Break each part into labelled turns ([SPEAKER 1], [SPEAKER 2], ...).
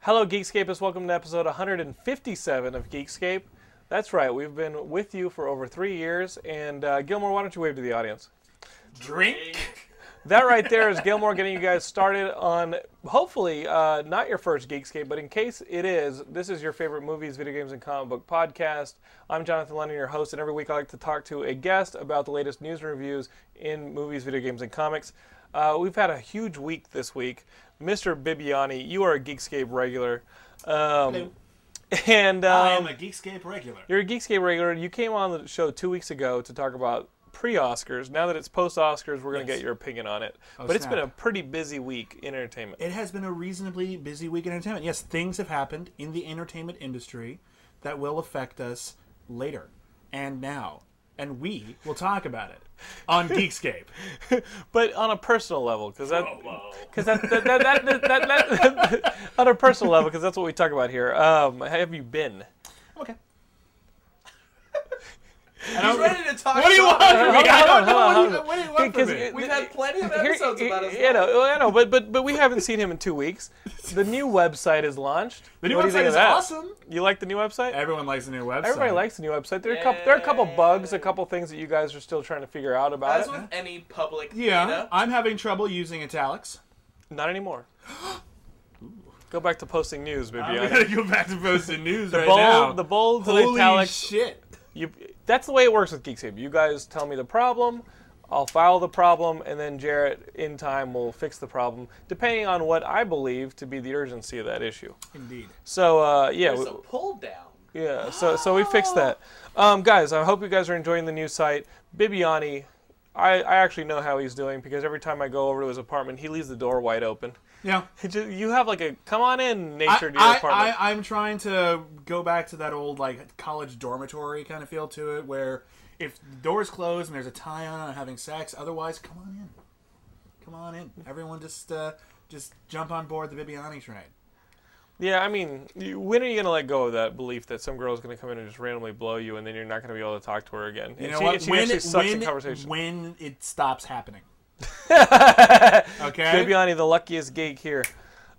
[SPEAKER 1] Hello, Geekscapists. Welcome to episode 157 of Geekscape. That's right, we've been with you for over three years. And uh, Gilmore, why don't you wave to the audience?
[SPEAKER 2] drink.
[SPEAKER 1] That right there is Gilmore getting you guys started on hopefully uh, not your first Geekscape, but in case it is, this is your favorite movies, video games, and comic book podcast. I'm Jonathan Lennon, your host, and every week I like to talk to a guest about the latest news and reviews in movies, video games, and comics. Uh, we've had a huge week this week. Mr. Bibiani, you are a Geekscape regular. Um, and um,
[SPEAKER 2] I am a Geekscape regular.
[SPEAKER 1] you're a Geekscape regular. You came on the show two weeks ago to talk about pre-Oscars. Now that it's post-Oscars, we're going to
[SPEAKER 2] Yes. Oh,
[SPEAKER 1] get your opinion on it. but it's
[SPEAKER 2] snap.
[SPEAKER 1] been a pretty busy week in entertainment.
[SPEAKER 2] It has been a reasonably busy week in entertainment. Yes, things have happened in the entertainment industry that will affect us later and now. And we will talk about it on Geekscape.
[SPEAKER 1] but on a personal level, because that,
[SPEAKER 2] Oh,
[SPEAKER 1] because that, that, that, that, that, that- that- on a personal level, because that's what we talk about here. Um, how have you been?
[SPEAKER 2] Okay.
[SPEAKER 3] He's ready to talk.
[SPEAKER 2] What do you
[SPEAKER 3] about
[SPEAKER 2] want?
[SPEAKER 3] it.
[SPEAKER 2] I don't know. What do
[SPEAKER 1] hold
[SPEAKER 2] you-
[SPEAKER 1] on.
[SPEAKER 2] what do you want from
[SPEAKER 1] 'Cause
[SPEAKER 2] me?
[SPEAKER 1] it-
[SPEAKER 3] We've had plenty of
[SPEAKER 1] Here-
[SPEAKER 3] episodes about his
[SPEAKER 1] you know, I know, but but but we haven't seen him in two weeks. The new website is launched.
[SPEAKER 2] The new
[SPEAKER 1] What do you
[SPEAKER 2] website
[SPEAKER 1] think of
[SPEAKER 2] is
[SPEAKER 1] that?
[SPEAKER 2] awesome.
[SPEAKER 1] You like the new website?
[SPEAKER 2] Everyone likes the new website.
[SPEAKER 1] Everybody likes the new website. There are a couple. There are a couple bugs, a couple things that you guys are still trying to figure out about
[SPEAKER 3] As
[SPEAKER 1] it.
[SPEAKER 3] with any public
[SPEAKER 2] Yeah,
[SPEAKER 3] data,
[SPEAKER 2] I'm having trouble using italics.
[SPEAKER 1] Not anymore. Go back to posting news, baby.
[SPEAKER 2] I'm gonna go back to posting news right
[SPEAKER 1] bold-
[SPEAKER 2] now.
[SPEAKER 1] the bolds and
[SPEAKER 2] Holy
[SPEAKER 1] italics.
[SPEAKER 2] shit!
[SPEAKER 1] You, that's the way it works with Geekscape. You guys tell me the problem, I'll file the problem, and then Jarrett, in time, will fix the problem, depending on what I believe to be the urgency of that issue.
[SPEAKER 2] Indeed.
[SPEAKER 1] So uh, yeah,
[SPEAKER 3] there's a
[SPEAKER 1] we-
[SPEAKER 3] pull down.
[SPEAKER 1] yeah. So so we fixed that. Um, guys, I hope you guys are enjoying the new site. Bibiani, I, I actually know how he's doing because every time I go over to his apartment, he leaves the door wide open.
[SPEAKER 2] Yeah.
[SPEAKER 1] It ju- You have like a come on in
[SPEAKER 2] I,
[SPEAKER 1] nature to your
[SPEAKER 2] I,
[SPEAKER 1] apartment.
[SPEAKER 2] I, I'm trying to go back to that old like college dormitory kind of feel to it, where if the doors closed and there's a tie on, I'm having sex. Otherwise, come on in, come on in. Everyone, just uh, just jump on board the Bibiani train.
[SPEAKER 1] Yeah, I mean, you- when are you gonna let go of that belief that some girl's gonna come in and just randomly blow you, and then you're not gonna be able to talk to her again?
[SPEAKER 2] You
[SPEAKER 1] and
[SPEAKER 2] know
[SPEAKER 1] she,
[SPEAKER 2] what?
[SPEAKER 1] and she
[SPEAKER 2] when
[SPEAKER 1] actually
[SPEAKER 2] it,
[SPEAKER 1] sucks
[SPEAKER 2] when,
[SPEAKER 1] in conversation.
[SPEAKER 2] when it stops happening. okay.
[SPEAKER 1] Bibiani, the luckiest geek here.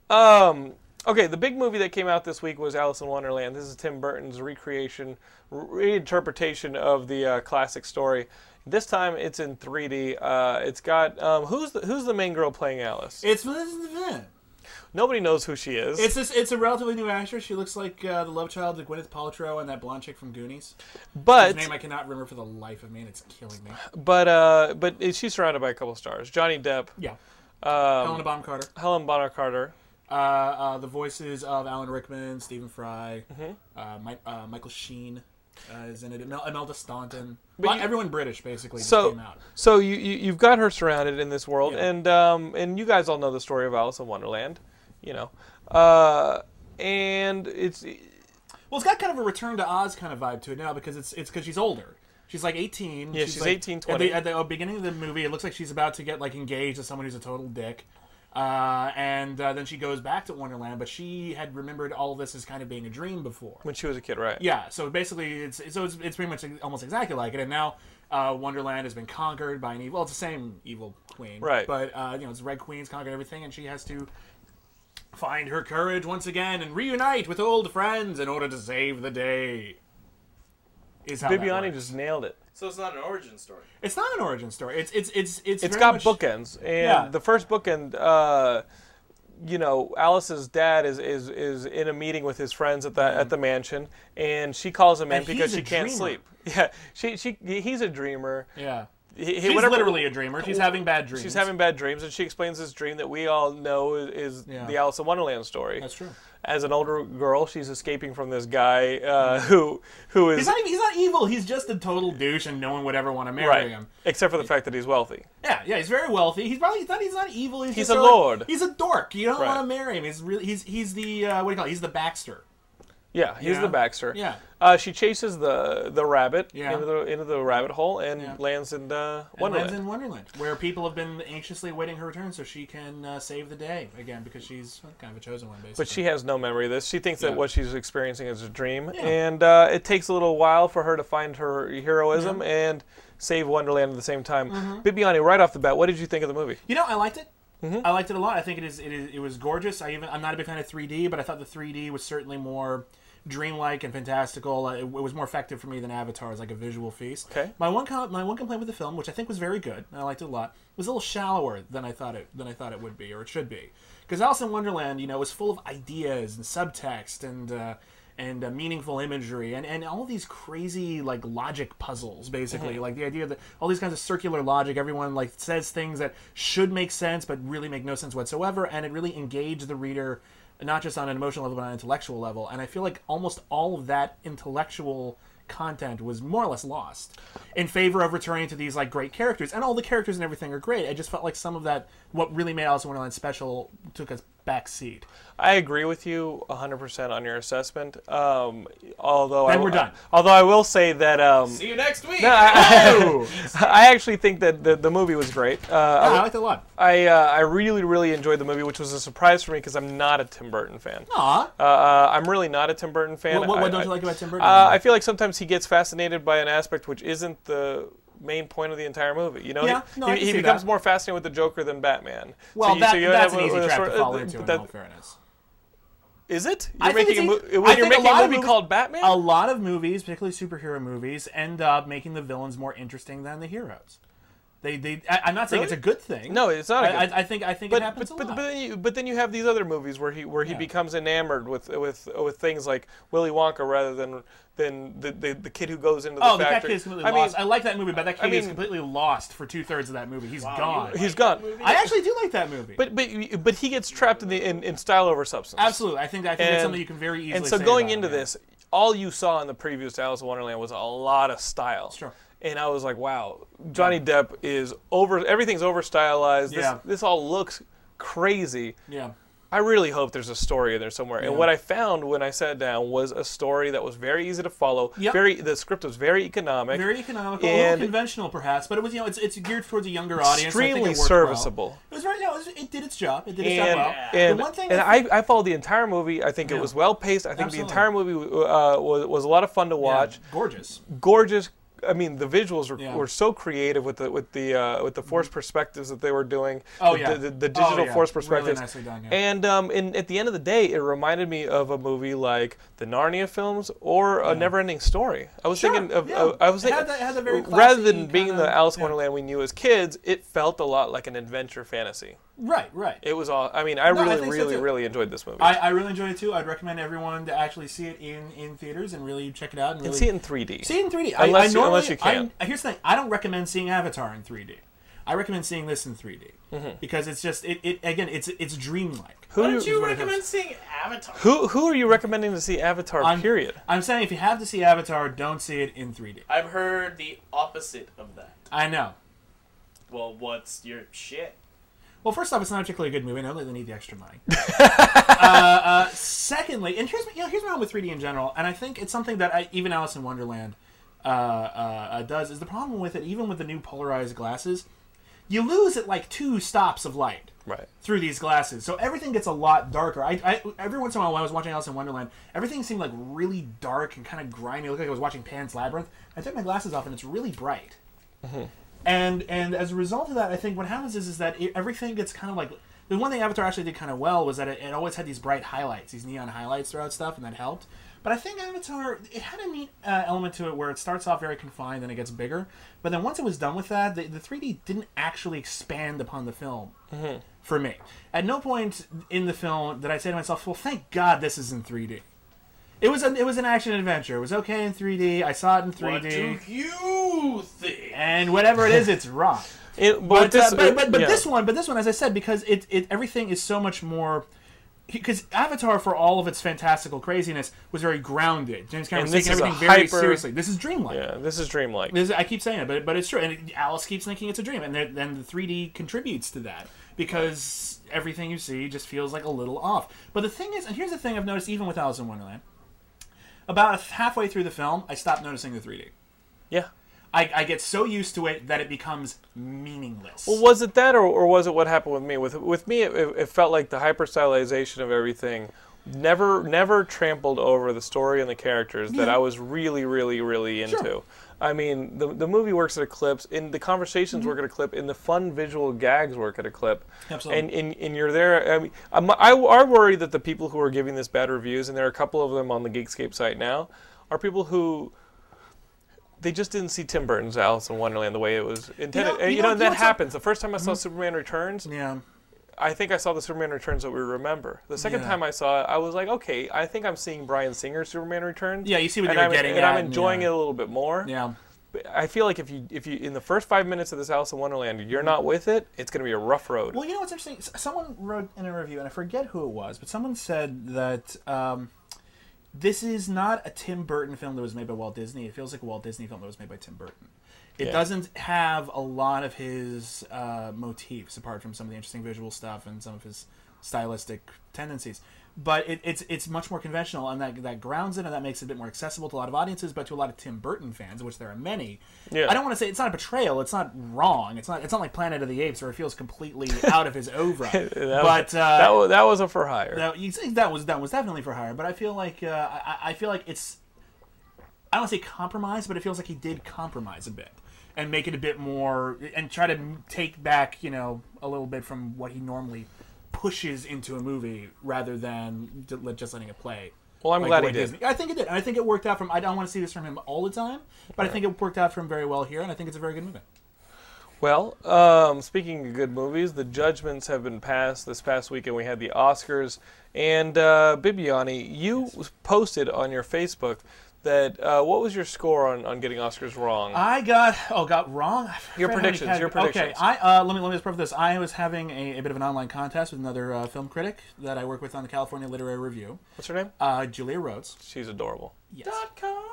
[SPEAKER 1] Um, okay, the big movie that came out this week was Alice in Wonderland. This is Tim Burton's recreation, reinterpretation of the uh, classic story. This time it's in 3D. Uh, it's got um, who's the, who's the main girl playing Alice?
[SPEAKER 2] It's it's
[SPEAKER 1] Nobody knows who she is.
[SPEAKER 2] it's, this, it's a relatively new actress. She looks like uh, the love child of Gwyneth Paltrow and that blonde chick from Goonies.
[SPEAKER 1] but
[SPEAKER 2] His name I cannot remember for the life of me, and it's killing me.
[SPEAKER 1] but uh, but it, she's surrounded by a couple stars. Johnny Depp,
[SPEAKER 2] Yeah.
[SPEAKER 1] um,
[SPEAKER 2] Helena Bonham Carter.
[SPEAKER 1] Helen Bonner Carter.
[SPEAKER 2] Uh, uh, the voices of Alan Rickman, Stephen Fry,
[SPEAKER 1] Mm-hmm.
[SPEAKER 2] uh, Mi- uh, Michael Sheen uh, is in it. Imel- Imelda Staunton. Well, everyone British basically just
[SPEAKER 1] So,
[SPEAKER 2] came out.
[SPEAKER 1] so you, you you've got her surrounded in this world, and um, and you guys all know the story of Alice in Wonderland, you know, uh, and it's e
[SPEAKER 2] Well, it's got kind of a return to Oz kind of vibe to it now because it's it's because she's older. She's like 18.
[SPEAKER 1] Yeah, she's
[SPEAKER 2] like-
[SPEAKER 1] 18,
[SPEAKER 2] At
[SPEAKER 1] 20.
[SPEAKER 2] the, at the oh, beginning of the movie, it looks like she's about to get like engaged to someone who's a total dick. Uh, and uh, then she goes back to Wonderland, but she had remembered all this as kind of being a dream before.
[SPEAKER 1] when she was a kid, right?
[SPEAKER 2] Yeah, so basically, it's so it's, it's pretty much almost exactly like it, and now uh, Wonderland has been conquered by an evil. Well, it's the same evil queen,
[SPEAKER 1] Right.
[SPEAKER 2] But uh, you know, it's Red Queen's conquered everything, and she has to find her courage once again and reunite with old friends in order to save the day. Is how that
[SPEAKER 1] Bibiani
[SPEAKER 2] works.
[SPEAKER 1] just nailed it.
[SPEAKER 3] So it's not an origin story.
[SPEAKER 2] It's not an origin story. It's it's it's it's.
[SPEAKER 1] It's
[SPEAKER 2] very
[SPEAKER 1] got
[SPEAKER 2] much-
[SPEAKER 1] bookends, and
[SPEAKER 2] Yeah.
[SPEAKER 1] the first bookend, uh, you know, Alice's dad is, is is in a meeting with his friends at the at the mansion, and she calls him in
[SPEAKER 2] Mm-hmm. And
[SPEAKER 1] because
[SPEAKER 2] he's a
[SPEAKER 1] she can't
[SPEAKER 2] dreamer.
[SPEAKER 1] sleep. Yeah, she she he's a dreamer.
[SPEAKER 2] Yeah.
[SPEAKER 1] He, he-
[SPEAKER 2] She's
[SPEAKER 1] whatever-
[SPEAKER 2] literally a dreamer. She's having bad dreams.
[SPEAKER 1] She's having bad dreams, and she explains this dream that we all know is, is
[SPEAKER 2] Yeah.
[SPEAKER 1] the Alice in Wonderland story.
[SPEAKER 2] That's true.
[SPEAKER 1] As an older girl, she's escaping from this guy uh, who who is
[SPEAKER 2] He's not. even- He's not evil. He's just a total douche, and no one would ever want to marry
[SPEAKER 1] right,
[SPEAKER 2] him.
[SPEAKER 1] except for the fact that he's wealthy.
[SPEAKER 2] Yeah, yeah. He's very wealthy. He's probably. He's not. He's not evil. He's,
[SPEAKER 1] He's
[SPEAKER 2] just
[SPEAKER 1] a
[SPEAKER 2] sort of like-
[SPEAKER 1] lord.
[SPEAKER 2] he's a dork. You don't
[SPEAKER 1] Right.
[SPEAKER 2] want to marry him. He's really. He's he's the uh, what do you call? It? He's the Baxter.
[SPEAKER 1] Yeah, he's
[SPEAKER 2] Yeah.
[SPEAKER 1] the Baxter.
[SPEAKER 2] Yeah.
[SPEAKER 1] Uh, she chases the the rabbit
[SPEAKER 2] Yeah.
[SPEAKER 1] into the into the rabbit hole and
[SPEAKER 2] Yeah.
[SPEAKER 1] lands in uh,
[SPEAKER 2] And
[SPEAKER 1] Wonderland.
[SPEAKER 2] Lives in Wonderland, where people have been anxiously waiting her return, so she can uh, save the day again because she's kind of a chosen one, basically.
[SPEAKER 1] but she has no memory of this. She thinks that
[SPEAKER 2] Yeah.
[SPEAKER 1] what she's experiencing is a dream,
[SPEAKER 2] Yeah.
[SPEAKER 1] and uh, it takes a little while for her to find her heroism and save Wonderland at the same time.
[SPEAKER 2] Mm-hmm.
[SPEAKER 1] Bibiani, right off the bat, what did you think of the movie?
[SPEAKER 2] You know, I liked it.
[SPEAKER 1] Mm-hmm.
[SPEAKER 2] I liked it a lot. I think it is, it is it was gorgeous. I even I'm not a big fan of 3D, but I thought the 3D was certainly more dreamlike and fantastical. Uh, It, it was more effective for me than Avatar as like a visual feast.
[SPEAKER 1] Okay.
[SPEAKER 2] My one com- my one complaint with the film, which I think was very good, and I liked it a lot, was a little shallower than I thought it than I thought it would be or it should be. Because Alice in Wonderland, you know, was full of ideas and subtext and. Uh, and uh, meaningful imagery and, and all these crazy like logic puzzles basically like the idea that all these kinds of circular logic everyone like says things that should make sense but really make no sense whatsoever and it really engaged the reader not just on an emotional level but on an intellectual level and i feel like almost all of that intellectual content was more or less lost in favor of returning to these like great characters and all the characters and everything are great i just felt like some of that what really made alice in wonderland special took a back seat
[SPEAKER 1] I agree with you 100% on your assessment. Um, although I,
[SPEAKER 2] Then we're done.
[SPEAKER 1] Although I will say that um,
[SPEAKER 3] See you next week.
[SPEAKER 1] I, I actually think that the, the movie was great. Uh,
[SPEAKER 2] i liked it a lot
[SPEAKER 1] I uh, I really really enjoyed the movie, which was a surprise for me because I'm not a Tim Burton fan.
[SPEAKER 2] Aw.
[SPEAKER 1] Uh, uh, I'm really not a Tim Burton fan.
[SPEAKER 2] What- what- what
[SPEAKER 1] I-
[SPEAKER 2] don't you
[SPEAKER 1] I-
[SPEAKER 2] like about Tim Burton?
[SPEAKER 1] Uh, I feel like sometimes he gets fascinated by an aspect which isn't the main point of the entire movie. You know,
[SPEAKER 2] Yeah,
[SPEAKER 1] he,
[SPEAKER 2] no, I
[SPEAKER 1] he-
[SPEAKER 2] can
[SPEAKER 1] he
[SPEAKER 2] see
[SPEAKER 1] becomes
[SPEAKER 2] that.
[SPEAKER 1] more fascinated with the Joker than Batman.
[SPEAKER 2] Well,
[SPEAKER 1] So you-
[SPEAKER 2] that,
[SPEAKER 1] so you end
[SPEAKER 2] that's
[SPEAKER 1] up
[SPEAKER 2] an
[SPEAKER 1] with-
[SPEAKER 2] easy
[SPEAKER 1] with a
[SPEAKER 2] trap
[SPEAKER 1] sort-
[SPEAKER 2] to fall
[SPEAKER 1] uh,
[SPEAKER 2] into, in
[SPEAKER 1] that-
[SPEAKER 2] all fairness.
[SPEAKER 1] Is it? You're
[SPEAKER 2] I think
[SPEAKER 1] making a, mo-
[SPEAKER 2] it's easy.
[SPEAKER 1] you're
[SPEAKER 2] I think
[SPEAKER 1] making
[SPEAKER 2] lot
[SPEAKER 1] a
[SPEAKER 2] of
[SPEAKER 1] movie
[SPEAKER 2] movies-
[SPEAKER 1] called Batman.
[SPEAKER 2] A lot of movies, particularly superhero movies, end up making the villains more interesting than the heroes. They, they. I, I'm not saying
[SPEAKER 1] Really?
[SPEAKER 2] it's a good thing.
[SPEAKER 1] No, it's not a
[SPEAKER 2] I-
[SPEAKER 1] good-
[SPEAKER 2] I, I think, I think
[SPEAKER 1] but,
[SPEAKER 2] it happens
[SPEAKER 1] but, but,
[SPEAKER 2] a lot.
[SPEAKER 1] but, then you, but then you have these other movies where he where he
[SPEAKER 2] Yeah.
[SPEAKER 1] becomes enamored with with with things like Willy Wonka rather than than the, the, the kid who goes into the
[SPEAKER 2] oh, that
[SPEAKER 1] factory.
[SPEAKER 2] kid's completely
[SPEAKER 1] I mean,
[SPEAKER 2] lost. I like that movie, but that kid is
[SPEAKER 1] mean-
[SPEAKER 2] completely lost for two thirds of that movie. He's gone.
[SPEAKER 1] he's gone.
[SPEAKER 2] I actually do like that movie.
[SPEAKER 1] But but but he gets trapped in the in, in style over substance.
[SPEAKER 2] absolutely, I think I think
[SPEAKER 1] And,
[SPEAKER 2] that's something you can very easily.
[SPEAKER 1] and so
[SPEAKER 2] say
[SPEAKER 1] going
[SPEAKER 2] about
[SPEAKER 1] into
[SPEAKER 2] it, yeah.
[SPEAKER 1] this, all you saw in the previous Alice in Wonderland was a lot of style.
[SPEAKER 2] Sure.
[SPEAKER 1] And I was like, wow, Johnny Depp is over. Everything's over stylized. This,
[SPEAKER 2] Yeah.
[SPEAKER 1] this all looks crazy.
[SPEAKER 2] yeah,
[SPEAKER 1] I really hope there's a story in there somewhere. And what I found when I sat down was a story that was very easy to follow.
[SPEAKER 2] Yep.
[SPEAKER 1] Very the script was very economic.
[SPEAKER 2] very economical, a little
[SPEAKER 1] and
[SPEAKER 2] conventional perhaps, but it was you know it's, it's geared towards a younger audience. so I think
[SPEAKER 1] extremely
[SPEAKER 2] it worked well.
[SPEAKER 1] serviceable.
[SPEAKER 2] It was very no, it, was, it did its job. It did its
[SPEAKER 1] And,
[SPEAKER 2] job well.
[SPEAKER 1] and,
[SPEAKER 2] the one thing
[SPEAKER 1] and
[SPEAKER 2] I
[SPEAKER 1] I, I followed the enther movie. I think it was well paced. I think
[SPEAKER 2] Absolutely.
[SPEAKER 1] the entire movie uh, was, was a lot of fun to
[SPEAKER 2] Yeah,
[SPEAKER 1] watch.
[SPEAKER 2] gorgeous.
[SPEAKER 1] gorgeous. I mean, the visuals were,
[SPEAKER 2] Yeah. Mm-hmm.
[SPEAKER 1] were so creative with the with the uh, with the forced perspectives that they were doing.
[SPEAKER 2] Oh,
[SPEAKER 1] the,
[SPEAKER 2] yeah.
[SPEAKER 1] the, the, the
[SPEAKER 2] Oh,
[SPEAKER 1] digital
[SPEAKER 2] yeah.
[SPEAKER 1] forced
[SPEAKER 2] Really
[SPEAKER 1] perspectives.
[SPEAKER 2] nicely done, yeah.
[SPEAKER 1] And um, in, at the end of the day, it reminded me of a movie like the Narnia films or a Neverending Story. I was
[SPEAKER 2] Sure,
[SPEAKER 1] thinking of
[SPEAKER 2] yeah.
[SPEAKER 1] uh, I was
[SPEAKER 2] It
[SPEAKER 1] thinking
[SPEAKER 2] had that- it had that very
[SPEAKER 1] rather than
[SPEAKER 2] classy
[SPEAKER 1] being
[SPEAKER 2] kinda-
[SPEAKER 1] the Alice in
[SPEAKER 2] yeah.
[SPEAKER 1] Wonderland we knew as kids, it felt a lot like an adventure fantasy.
[SPEAKER 2] Right, right.
[SPEAKER 1] It was all. I mean, I
[SPEAKER 2] No, I
[SPEAKER 1] really,
[SPEAKER 2] think so,
[SPEAKER 1] really,
[SPEAKER 2] too.
[SPEAKER 1] really enjoyed this movie.
[SPEAKER 2] I, I really enjoyed it too. I'd recommend everyone to actually see it in, in theaters and really check it out and really
[SPEAKER 1] see it in 3D.
[SPEAKER 2] See it in 3D. I,
[SPEAKER 1] Unless
[SPEAKER 2] I
[SPEAKER 1] you-
[SPEAKER 2] normally,
[SPEAKER 1] unless you can.
[SPEAKER 2] I, here's the thing. I don't recommend seeing Avatar in 3D. I recommend seeing this in 3D because it's just it, it again it's it's dreamlike.
[SPEAKER 1] Mm-hmm. Who
[SPEAKER 3] Why
[SPEAKER 1] do
[SPEAKER 3] don't you
[SPEAKER 2] what it
[SPEAKER 3] recommend seeing Avatar?
[SPEAKER 1] who who are you recommending to see Avatar?
[SPEAKER 2] I'm,
[SPEAKER 1] period.
[SPEAKER 2] I'm saying if you have to see Avatar, don't see it in 3D.
[SPEAKER 3] I've heard the opposite of that.
[SPEAKER 2] I know.
[SPEAKER 3] Well, what's your shit?
[SPEAKER 2] Well, first off, it's not a particularly good movie. I know that they need the extra money. uh, uh, secondly, and here's my, you know, here's my problem with 3D in general, and I think it's something that I, even Alice in Wonderland uh, uh, uh, does is the problem with it. Even with the new polarized glasses, you lose at like two stops of light
[SPEAKER 1] Right.
[SPEAKER 2] through these glasses, so everything gets a lot darker. I, I every once in a while when I was watching Alice in Wonderland, everything seemed like really dark and kind of grimy. It looked like I was watching Pan's Labyrinth. I took my glasses off, and it's really bright and and as a result of that, I think what happens is is that it, everything gets kind of like the one thing Avatar actually did kind of well was that it, it always had these bright highlights, these neon highlights throughout stuff, and that helped. But I think Avatar it had a neat uh, element to it where it starts off very confined and it gets bigger. But then once it was done with that, the, the 3D didn't actually expand upon the film for me. At no point in the film did I say to myself, "Well, thank God this is in 3D." It was an it was an action adventure. It was okay in 3D. I saw it in 3D.
[SPEAKER 3] What do you think?
[SPEAKER 2] And whatever it is, it's rock.
[SPEAKER 1] It, but,
[SPEAKER 2] But
[SPEAKER 1] this,
[SPEAKER 2] uh, but, but, but
[SPEAKER 1] yeah.
[SPEAKER 2] this one, but this one, as I said, because it, it everything is so much more. Because Avatar, for all of its fantastical craziness, was very grounded. James Cameron was
[SPEAKER 1] this
[SPEAKER 2] taking
[SPEAKER 1] is a
[SPEAKER 2] everything very
[SPEAKER 1] hyper-
[SPEAKER 2] seriously. This is dreamlike.
[SPEAKER 1] Yeah, this is dreamlike.
[SPEAKER 2] This, I keep saying it, but but it's true. And Alice keeps thinking it's a dream, and then then the 3D contributes to that because everything you see just feels like a little off. But the thing is, and here's the thing I've noticed even with Alice in Wonderland. About halfway through the film, I stopped noticing the 3D.
[SPEAKER 1] yeah.
[SPEAKER 2] I, I get so used to it that it becomes meaningless.
[SPEAKER 1] Was it that, or, or was it what happened with me? With with me, it, it felt like the hyper stylization of everything never never trampled over the story and the characters that I was really, really, really into. I mean, the the movie works at a clip, and the conversations
[SPEAKER 2] Mm-hmm.
[SPEAKER 1] work at a clip, and the fun visual gags work at a clip.
[SPEAKER 2] Absolutely.
[SPEAKER 1] And and, and you're there. I mean, I'm, I I worry that the people who are giving this bad reviews, and there are a couple of them on the Geekscape site now, are people who they just didn't see Tim Burton's Alice in Wonderland the way it was intended.
[SPEAKER 2] You
[SPEAKER 1] and, you know,
[SPEAKER 2] know- you know-
[SPEAKER 1] and
[SPEAKER 2] you know
[SPEAKER 1] that
[SPEAKER 2] what's up- Mm-hmm.
[SPEAKER 1] happens. The first time I saw Superman Returns,
[SPEAKER 2] yeah.
[SPEAKER 1] I think I saw the Superman Returns that we remember. The second
[SPEAKER 2] Yeah.
[SPEAKER 1] time I saw it, I was like, okay, I think I'm seeing Brian Singer's Superman Returns.
[SPEAKER 2] Yeah, you see what
[SPEAKER 1] and
[SPEAKER 2] they were
[SPEAKER 1] I'm,
[SPEAKER 2] getting
[SPEAKER 1] and
[SPEAKER 2] at,
[SPEAKER 1] I'm
[SPEAKER 2] and
[SPEAKER 1] enjoying
[SPEAKER 2] yeah.
[SPEAKER 1] it a little bit more.
[SPEAKER 2] Yeah.
[SPEAKER 1] But I feel like if you if you in the first five minutes of this Alice in Wonderland,
[SPEAKER 2] Mm-hmm.
[SPEAKER 1] you're not with it, it's going to be a rough road.
[SPEAKER 2] Well, you know what's interesting? S- Someone wrote in a review, and I forget who it was, but someone said that um, this is not a Tim Burton film that was made by Walt Disney. It feels like a Walt Disney film that was made by Tim Burton. It
[SPEAKER 1] Yeah.
[SPEAKER 2] doesn't have a lot of his uh, motifs, apart from some of the interesting visual stuff and some of his stylistic tendencies. But it, it's it's much more conventional, and that that grounds it, and that makes it a bit more accessible to a lot of audiences, but to a lot of Tim Burton fans, which there are many.
[SPEAKER 1] Yeah.
[SPEAKER 2] I don't want to say it's not a betrayal. It's not wrong. It's not. It's not like Planet of the Apes, where it feels completely out of his oeuvre.
[SPEAKER 1] that
[SPEAKER 2] but
[SPEAKER 1] was,
[SPEAKER 2] uh,
[SPEAKER 1] that was that was a for hire.
[SPEAKER 2] now, you think that was that was definitely for hire, but I feel like uh, I, I feel like it's I don't want to say compromise, but it feels like he did compromise a bit and make it a bit more and try to m- take back you know a little bit from what he normally pushes into a movie rather than d- let- just letting it play.
[SPEAKER 1] Well, I'm glad
[SPEAKER 2] the
[SPEAKER 1] he
[SPEAKER 2] way
[SPEAKER 1] did.
[SPEAKER 2] Disney- I think it did. and I think it worked out from. I don't want to see this from him all the time, but I think it worked out for him very well here, and I think it's a very good movie.
[SPEAKER 1] Well, um, speaking of good movies, the judgments have been passed. This past weekend, we had the Oscars, and uh, Bibiani, you posted on your Facebook that uh, what was your score on, on getting Oscars wrong?
[SPEAKER 2] I got oh got wrong. I forgot
[SPEAKER 1] Your
[SPEAKER 2] how many
[SPEAKER 1] predictions, your
[SPEAKER 2] categories-
[SPEAKER 1] predictions.
[SPEAKER 2] Okay, I uh, let me let me just preface this. I was having a, a bit of an online contest with another uh, film critic that I work with on the California Literary Review,
[SPEAKER 1] What's her name?
[SPEAKER 2] uh, Julia Rhodes.
[SPEAKER 1] She's adorable.
[SPEAKER 2] Yes.
[SPEAKER 3] Dot com.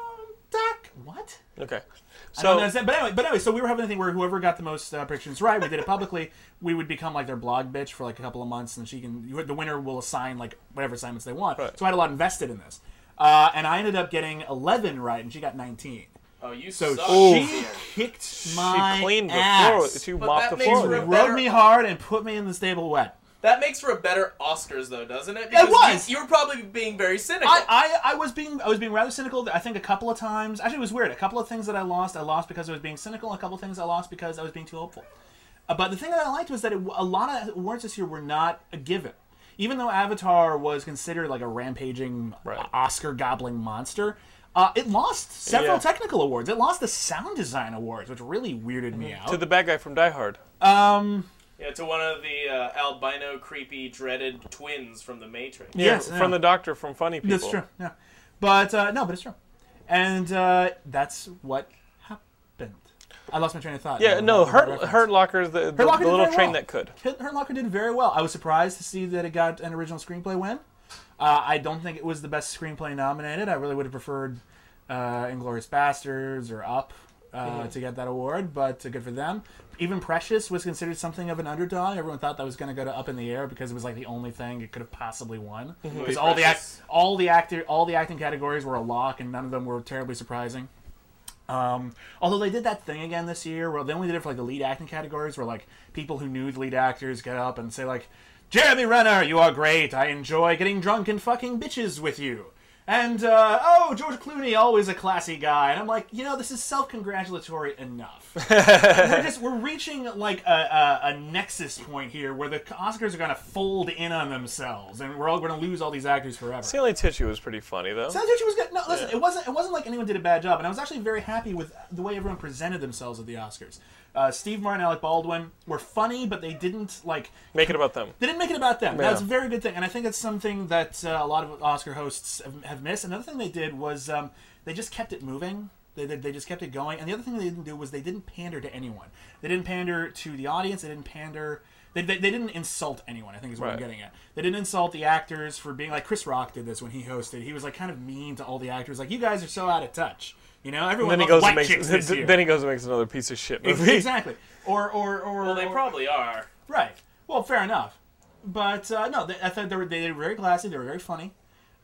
[SPEAKER 2] Doc. What?
[SPEAKER 1] Okay,
[SPEAKER 2] I don't
[SPEAKER 1] so
[SPEAKER 2] understand. But anyway, but anyway, so we were having a thing where whoever got the most uh, predictions right, we did it publicly. we would become like their blog bitch for like a couple of months, and she can you- the winner will assign like whatever assignments they want.
[SPEAKER 1] Right.
[SPEAKER 2] So I had a lot invested in this, uh, and I ended up getting eleven right, and she got nineteen.
[SPEAKER 3] Oh, you
[SPEAKER 2] So
[SPEAKER 3] suck.
[SPEAKER 2] she
[SPEAKER 3] Peter.
[SPEAKER 2] kicked my
[SPEAKER 1] she cleaned the floor.
[SPEAKER 2] ass.
[SPEAKER 1] She
[SPEAKER 3] But
[SPEAKER 1] mopped
[SPEAKER 3] that
[SPEAKER 1] the
[SPEAKER 3] makes
[SPEAKER 1] floor.
[SPEAKER 3] room-
[SPEAKER 1] with.
[SPEAKER 2] rubbed
[SPEAKER 3] better-
[SPEAKER 2] me hard and put me in the stable wet.
[SPEAKER 3] That makes for a better Oscars, though, doesn't it? Because
[SPEAKER 2] was.
[SPEAKER 3] You, you were probably being very cynical.
[SPEAKER 2] I, I, I was being I was being rather cynical. I think a couple of times. Actually, it was weird. A couple of things that I lost, I lost because I was being cynical. A couple of things I lost because I was being too hopeful. Uh, but the thing that I liked was that it, a lot of awards this year were not a given. Even though Avatar was considered like a rampaging
[SPEAKER 1] Right.
[SPEAKER 2] Oscar gobbling monster, uh, it lost several
[SPEAKER 1] Yeah.
[SPEAKER 2] technical awards. It lost the sound design awards, which really weirded me out.
[SPEAKER 1] to the bad guy from Die Hard.
[SPEAKER 3] yeah, to one of the uh, albino, creepy, dreaded twins from The Matrix.
[SPEAKER 2] Yes,
[SPEAKER 1] from
[SPEAKER 2] yeah.
[SPEAKER 1] the doctor from Funny People.
[SPEAKER 2] That's true. Yeah, but uh, no, but it's true, and uh, that's what happened. I lost my train of thought.
[SPEAKER 1] Yeah, no, Hurt,
[SPEAKER 2] Reference.
[SPEAKER 1] Hurt Locker's the, the,
[SPEAKER 2] Hurt Locker
[SPEAKER 1] the
[SPEAKER 2] did
[SPEAKER 1] little
[SPEAKER 2] very
[SPEAKER 1] train
[SPEAKER 2] well.
[SPEAKER 1] that could.
[SPEAKER 2] Hurt Hurt Locker did very well. I was surprised to see that it got an original screenplay win. Uh, I don't think it was the best screenplay nominated. I really would have preferred uh, Inglorious Bastards or Up uh,
[SPEAKER 1] Hmm.
[SPEAKER 2] to get that award, but uh, good for them. Even Precious was considered something of an underdog. Everyone thought that was going to go to Up in the Air because it was like the only thing it could have possibly won.
[SPEAKER 1] Mhm.
[SPEAKER 2] Because all the
[SPEAKER 3] Precious.
[SPEAKER 2] act, all the actor, all the acting categories were a lock, and none of them were terribly surprising. Um, although they did that thing again this year, where they only did it for like the lead acting categories, where like people who knew the lead actors get up and say like, "Jeremy Renner, you are great. I enjoy getting drunk and fucking bitches with you." And uh, oh, George Clooney, always a classy guy. And I'm like, you know, this is self-congratulatory enough. we're just we're reaching like a, a, a nexus point here where the Oscars are going to fold in on themselves, and we're all going to lose all these actors forever.
[SPEAKER 1] Stanley Tissue was pretty funny though.
[SPEAKER 2] Sounds Gucci was good. No, listen, it wasn't. It wasn't like anyone did a bad job, and I was actually very happy with the way everyone presented themselves at the Oscars. Uh, Steve Martin, Alec Baldwin were funny, but they didn't like.
[SPEAKER 1] Make it about them.
[SPEAKER 2] They didn't make it about them. That's a very good thing, and I think that's something that uh, a lot of Oscar hosts have, have missed. Another thing they did was um, they just kept it moving. They, they, they just kept it going. And the other thing they didn't do was they didn't pander to anyone. They didn't pander to the audience. They didn't pander. They, they, they didn't insult anyone. I think is what I'm
[SPEAKER 1] Right.
[SPEAKER 2] getting at. They didn't insult the actors for being like Chris Rock did this when he hosted. He was like kind of mean to all the actors. Like you guys are so out of touch. You know, everyone
[SPEAKER 1] Then he goes
[SPEAKER 2] loves white
[SPEAKER 1] and makes.
[SPEAKER 2] chicks this year.
[SPEAKER 1] Then he goes and makes another piece of shit movie.
[SPEAKER 2] exactly. Or or or
[SPEAKER 3] Well, they
[SPEAKER 2] or-
[SPEAKER 3] probably are.
[SPEAKER 2] Right. Well, fair enough. But uh, no, they, I thought they were, they were very classy. They were very funny.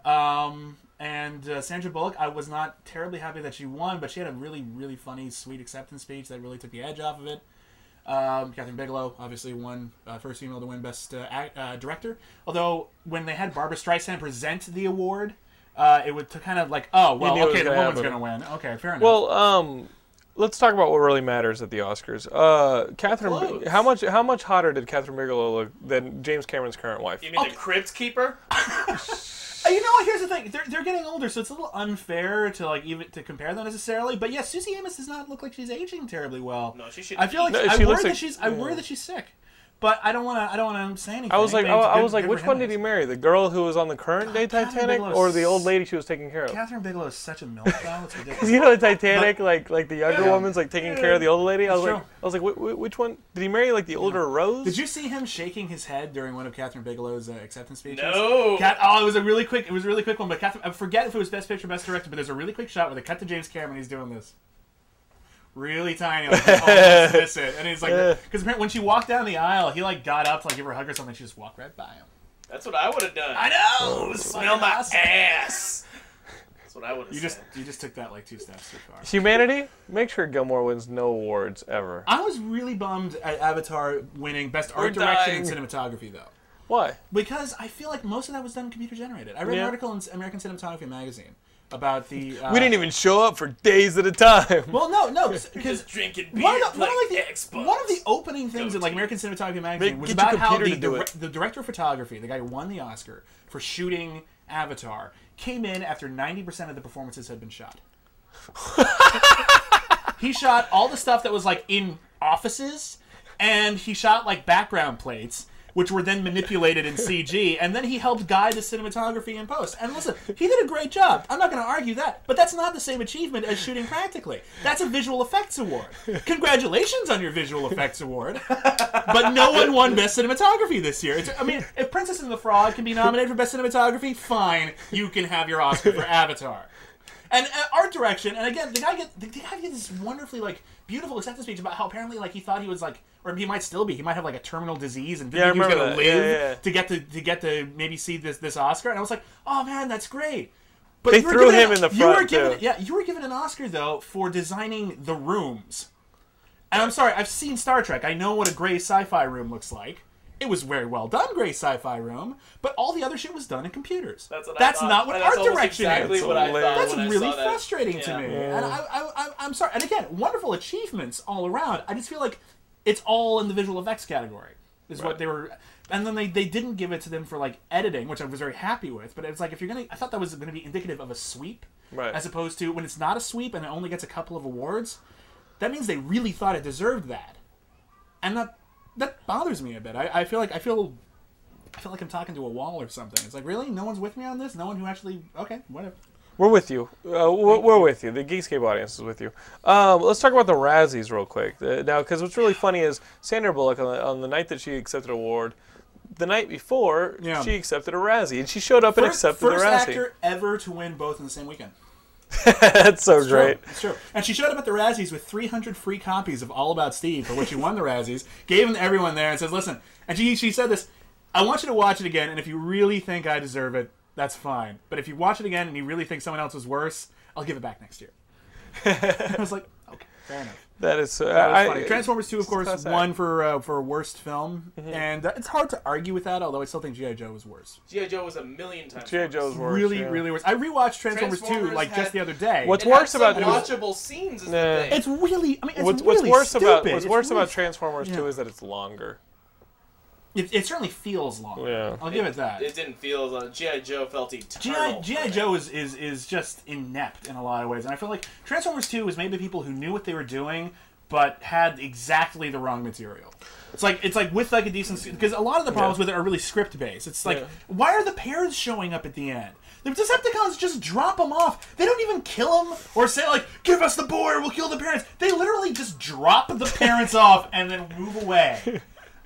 [SPEAKER 2] Um, and uh, Sandra Bullock, I was not terribly happy that she won, but she had a really, really funny, sweet acceptance speech that really took the edge off of it. Um, Catherine Bigelow obviously won uh, first female to win Best uh, act, uh, Director. Although when they had Barbara Streisand present the award, uh, it would to kind of like, oh well,
[SPEAKER 1] knew it
[SPEAKER 2] okay,
[SPEAKER 1] was
[SPEAKER 2] the
[SPEAKER 1] gonna
[SPEAKER 2] woman's
[SPEAKER 1] happen.
[SPEAKER 2] going to win. Okay, fair enough.
[SPEAKER 1] Well, um, let's talk about what really matters at the Oscars. Uh, Catherine,
[SPEAKER 3] Clothes.
[SPEAKER 1] how much how much hotter did Catherine Bigelow look than James Cameron's current wife?
[SPEAKER 3] You mean
[SPEAKER 2] Oh.
[SPEAKER 3] the Crypt Keeper?
[SPEAKER 2] Uh, You know what? Here's the thing. They're, they're getting older, so it's a little unfair to like even to compare them necessarily. But yeah, Susie Amos does not look like she's aging terribly well.
[SPEAKER 3] No, she should
[SPEAKER 2] I feel like
[SPEAKER 1] No,
[SPEAKER 3] eat.
[SPEAKER 2] I
[SPEAKER 1] she
[SPEAKER 2] worry
[SPEAKER 1] looks
[SPEAKER 2] that
[SPEAKER 1] like-
[SPEAKER 2] she's I worry that she's sick, but I don't want to. I don't want to say anything.
[SPEAKER 1] I was like, I,
[SPEAKER 2] It's
[SPEAKER 1] I
[SPEAKER 2] good-
[SPEAKER 1] was like,
[SPEAKER 2] good for
[SPEAKER 1] which
[SPEAKER 2] him,
[SPEAKER 1] one
[SPEAKER 2] I
[SPEAKER 1] did he
[SPEAKER 2] guess.
[SPEAKER 1] marry? The girl who was on the current day
[SPEAKER 2] Catherine
[SPEAKER 1] Titanic,
[SPEAKER 2] Bigelow's-
[SPEAKER 1] or the old lady she was taking care of?
[SPEAKER 2] Catherine Bigelow is such a milf though. It's ridiculous.
[SPEAKER 1] you know the Titanic, like like the younger
[SPEAKER 2] Yeah.
[SPEAKER 1] woman's like taking care of the older lady. I was
[SPEAKER 2] That's
[SPEAKER 1] like,
[SPEAKER 2] true.
[SPEAKER 1] I was like, wh- wh- which one did he marry? Like the older Rose?
[SPEAKER 2] Did you see him shaking his head during one of Catherine Bigelow's uh, acceptance speeches?
[SPEAKER 3] No.
[SPEAKER 2] Cat, oh, it was a really quick. It was a really quick one. But Catherine, I forget if it was Best Picture, or Best Director, but there's a really quick shot where they cut to James Cameron. He's doing this. Really tiny, like you almost miss it, and he's like, because when she walked down the aisle, he like got up to like give her a hug or something. She just walked right by him.
[SPEAKER 3] That's what I would have done.
[SPEAKER 2] I know.
[SPEAKER 3] Smell my ass. That's what I would have
[SPEAKER 2] You
[SPEAKER 3] said.
[SPEAKER 2] just you just took that like two steps too far.
[SPEAKER 1] Humanity, make sure Gilmore wins no awards ever.
[SPEAKER 2] I was really bummed at Avatar winning Best Art
[SPEAKER 3] We're
[SPEAKER 2] Direction and Cinematography though.
[SPEAKER 1] Why?
[SPEAKER 2] Because I feel like most of that was done computer generated. I read
[SPEAKER 1] Yeah.
[SPEAKER 2] an article in American Cinematography magazine about the. Uh,
[SPEAKER 1] We didn't even show up for days at a time.
[SPEAKER 2] Well, no, no, because
[SPEAKER 3] Just drinking beer,
[SPEAKER 2] one of, the, one, of
[SPEAKER 3] playing
[SPEAKER 2] like the,
[SPEAKER 3] Xbox.
[SPEAKER 2] one of the opening things in like
[SPEAKER 3] Goatee.
[SPEAKER 2] American Cinematography magazine
[SPEAKER 1] Make-
[SPEAKER 2] was
[SPEAKER 1] get your
[SPEAKER 2] about how
[SPEAKER 1] computer
[SPEAKER 2] the,
[SPEAKER 1] to do
[SPEAKER 2] dire-
[SPEAKER 1] it.
[SPEAKER 2] the director of photography, the guy who won the Oscar for shooting Avatar, came in after ninety percent of the performances had been shot. he shot all the stuff that was like in offices, and he shot like background plates. Which were then manipulated in CG, and then he helped guide the cinematography in post. And listen, he did a great job. I'm not going to argue that, but that's not the same achievement as shooting practically. That's a visual effects award. Congratulations on your visual effects award but no one won best cinematography this year. It's, I mean, if Princess and the Frog can be nominated for best cinematography, fine, you can have your Oscar for Avatar. And uh, art direction, and again, the guy get the, the guy get this wonderfully like beautiful acceptance speech about how apparently like he thought he was like, or he might still be, he might have like a terminal disease and
[SPEAKER 1] Yeah, I
[SPEAKER 2] didn't think he was gonna
[SPEAKER 1] remember that.
[SPEAKER 2] live
[SPEAKER 1] Yeah, yeah, yeah.
[SPEAKER 2] to get to to get to maybe see this this Oscar. And I was like, oh man, that's great. But
[SPEAKER 1] They
[SPEAKER 2] you were
[SPEAKER 1] threw
[SPEAKER 2] given
[SPEAKER 1] him in the
[SPEAKER 2] You were
[SPEAKER 1] front,
[SPEAKER 2] given,
[SPEAKER 1] too.
[SPEAKER 2] yeah, you were given an Oscar though for designing the rooms. And I'm sorry, I've seen Star Trek. I know what a gray sci-fi room looks like. It was very well done, gray sci-fi room. But all the other shit was done in computers.
[SPEAKER 3] That's what I
[SPEAKER 2] That's
[SPEAKER 3] thought.
[SPEAKER 2] not what
[SPEAKER 3] That's
[SPEAKER 2] art
[SPEAKER 3] almost
[SPEAKER 2] direction
[SPEAKER 3] exactly
[SPEAKER 2] is.
[SPEAKER 3] what I thought
[SPEAKER 2] That's
[SPEAKER 3] when I
[SPEAKER 2] really
[SPEAKER 3] saw that.
[SPEAKER 2] frustrating to
[SPEAKER 3] Yeah.
[SPEAKER 2] me. And I, I, I, I'm sorry. And again, wonderful achievements all around. I just feel like it's all in the visual effects category. Is what they were, and then they, they didn't give it to them for like editing, which I was very happy with. But it's like if you're gonna, I thought that was gonna be indicative of a sweep,
[SPEAKER 1] Right.
[SPEAKER 2] as opposed to when it's not a sweep and it only gets a couple of awards. That means they really thought it deserved that, and that that bothers me a bit. I, I feel like I feel I feel like I'm talking to a wall or something. It's like really, no one's with me on this. No one who actually okay, whatever.
[SPEAKER 1] We're with you. Uh, we're, we're with you. The Geekscape audience is with you. Um, let's talk about the Razzies real quick uh, now, because what's really funny is Sandra Bullock on the, on the night that she accepted an award, the night before
[SPEAKER 2] Yeah.
[SPEAKER 1] she accepted a Razzie, and she showed up and accepted
[SPEAKER 2] first
[SPEAKER 1] the Razzie.
[SPEAKER 2] actor ever to win both in the same weekend.
[SPEAKER 1] That's so great.
[SPEAKER 2] It's true. And she showed up at the Razzies with 300 free copies of All About Steve, for which she won the Razzies, gave them to everyone there, and says, listen, and she, she said this, I want you to watch it again, and if you really think I deserve it, that's fine. But if you watch it again and you really think someone else was worse, I'll give it back next year. I was like, okay. Fair enough.
[SPEAKER 1] That is. Uh,
[SPEAKER 2] That's
[SPEAKER 1] I-
[SPEAKER 2] funny. Transformers Two, of course,
[SPEAKER 1] class act.
[SPEAKER 2] won for uh, for worst film,
[SPEAKER 1] Mm-hmm.
[SPEAKER 2] and that, it's hard to argue with that. Although I still think GI Joe was worse.
[SPEAKER 3] GI Joe was a million times.
[SPEAKER 1] G.I.
[SPEAKER 3] worse.
[SPEAKER 1] Joe's worse.
[SPEAKER 2] really,
[SPEAKER 1] yeah.
[SPEAKER 2] really worse. I rewatched Transformers, Two
[SPEAKER 3] Transformers
[SPEAKER 2] like
[SPEAKER 3] had-
[SPEAKER 2] just the other day.
[SPEAKER 1] What's
[SPEAKER 3] It
[SPEAKER 1] worse
[SPEAKER 3] had some
[SPEAKER 1] about it was-
[SPEAKER 3] watchable scenes is
[SPEAKER 1] Nah.
[SPEAKER 3] the thing.
[SPEAKER 2] It's really. I mean, it's
[SPEAKER 1] What's, what's
[SPEAKER 2] really
[SPEAKER 1] worse about
[SPEAKER 2] stupid.
[SPEAKER 1] what's
[SPEAKER 2] It's
[SPEAKER 1] worse
[SPEAKER 2] really-
[SPEAKER 1] about Transformers
[SPEAKER 2] yeah.
[SPEAKER 1] Two is that it's longer.
[SPEAKER 2] It, it certainly feels long.
[SPEAKER 1] Yeah.
[SPEAKER 2] I'll give it that.
[SPEAKER 3] it didn't feel like GI Joe felt
[SPEAKER 2] GI
[SPEAKER 3] eternal.
[SPEAKER 2] GI Joe is, is is just inept in a lot of ways, and I feel like Transformers Two was made by people who knew what they were doing, but had exactly the wrong material. It's like it's like with like a decent because a lot of the problems with it are really script based. It's like
[SPEAKER 1] Yeah.
[SPEAKER 2] why are the parents showing up at the end? The Decepticons just drop them off. They don't even kill them or say like give us the boy or we'll kill the parents. They literally just drop the parents off and then move away.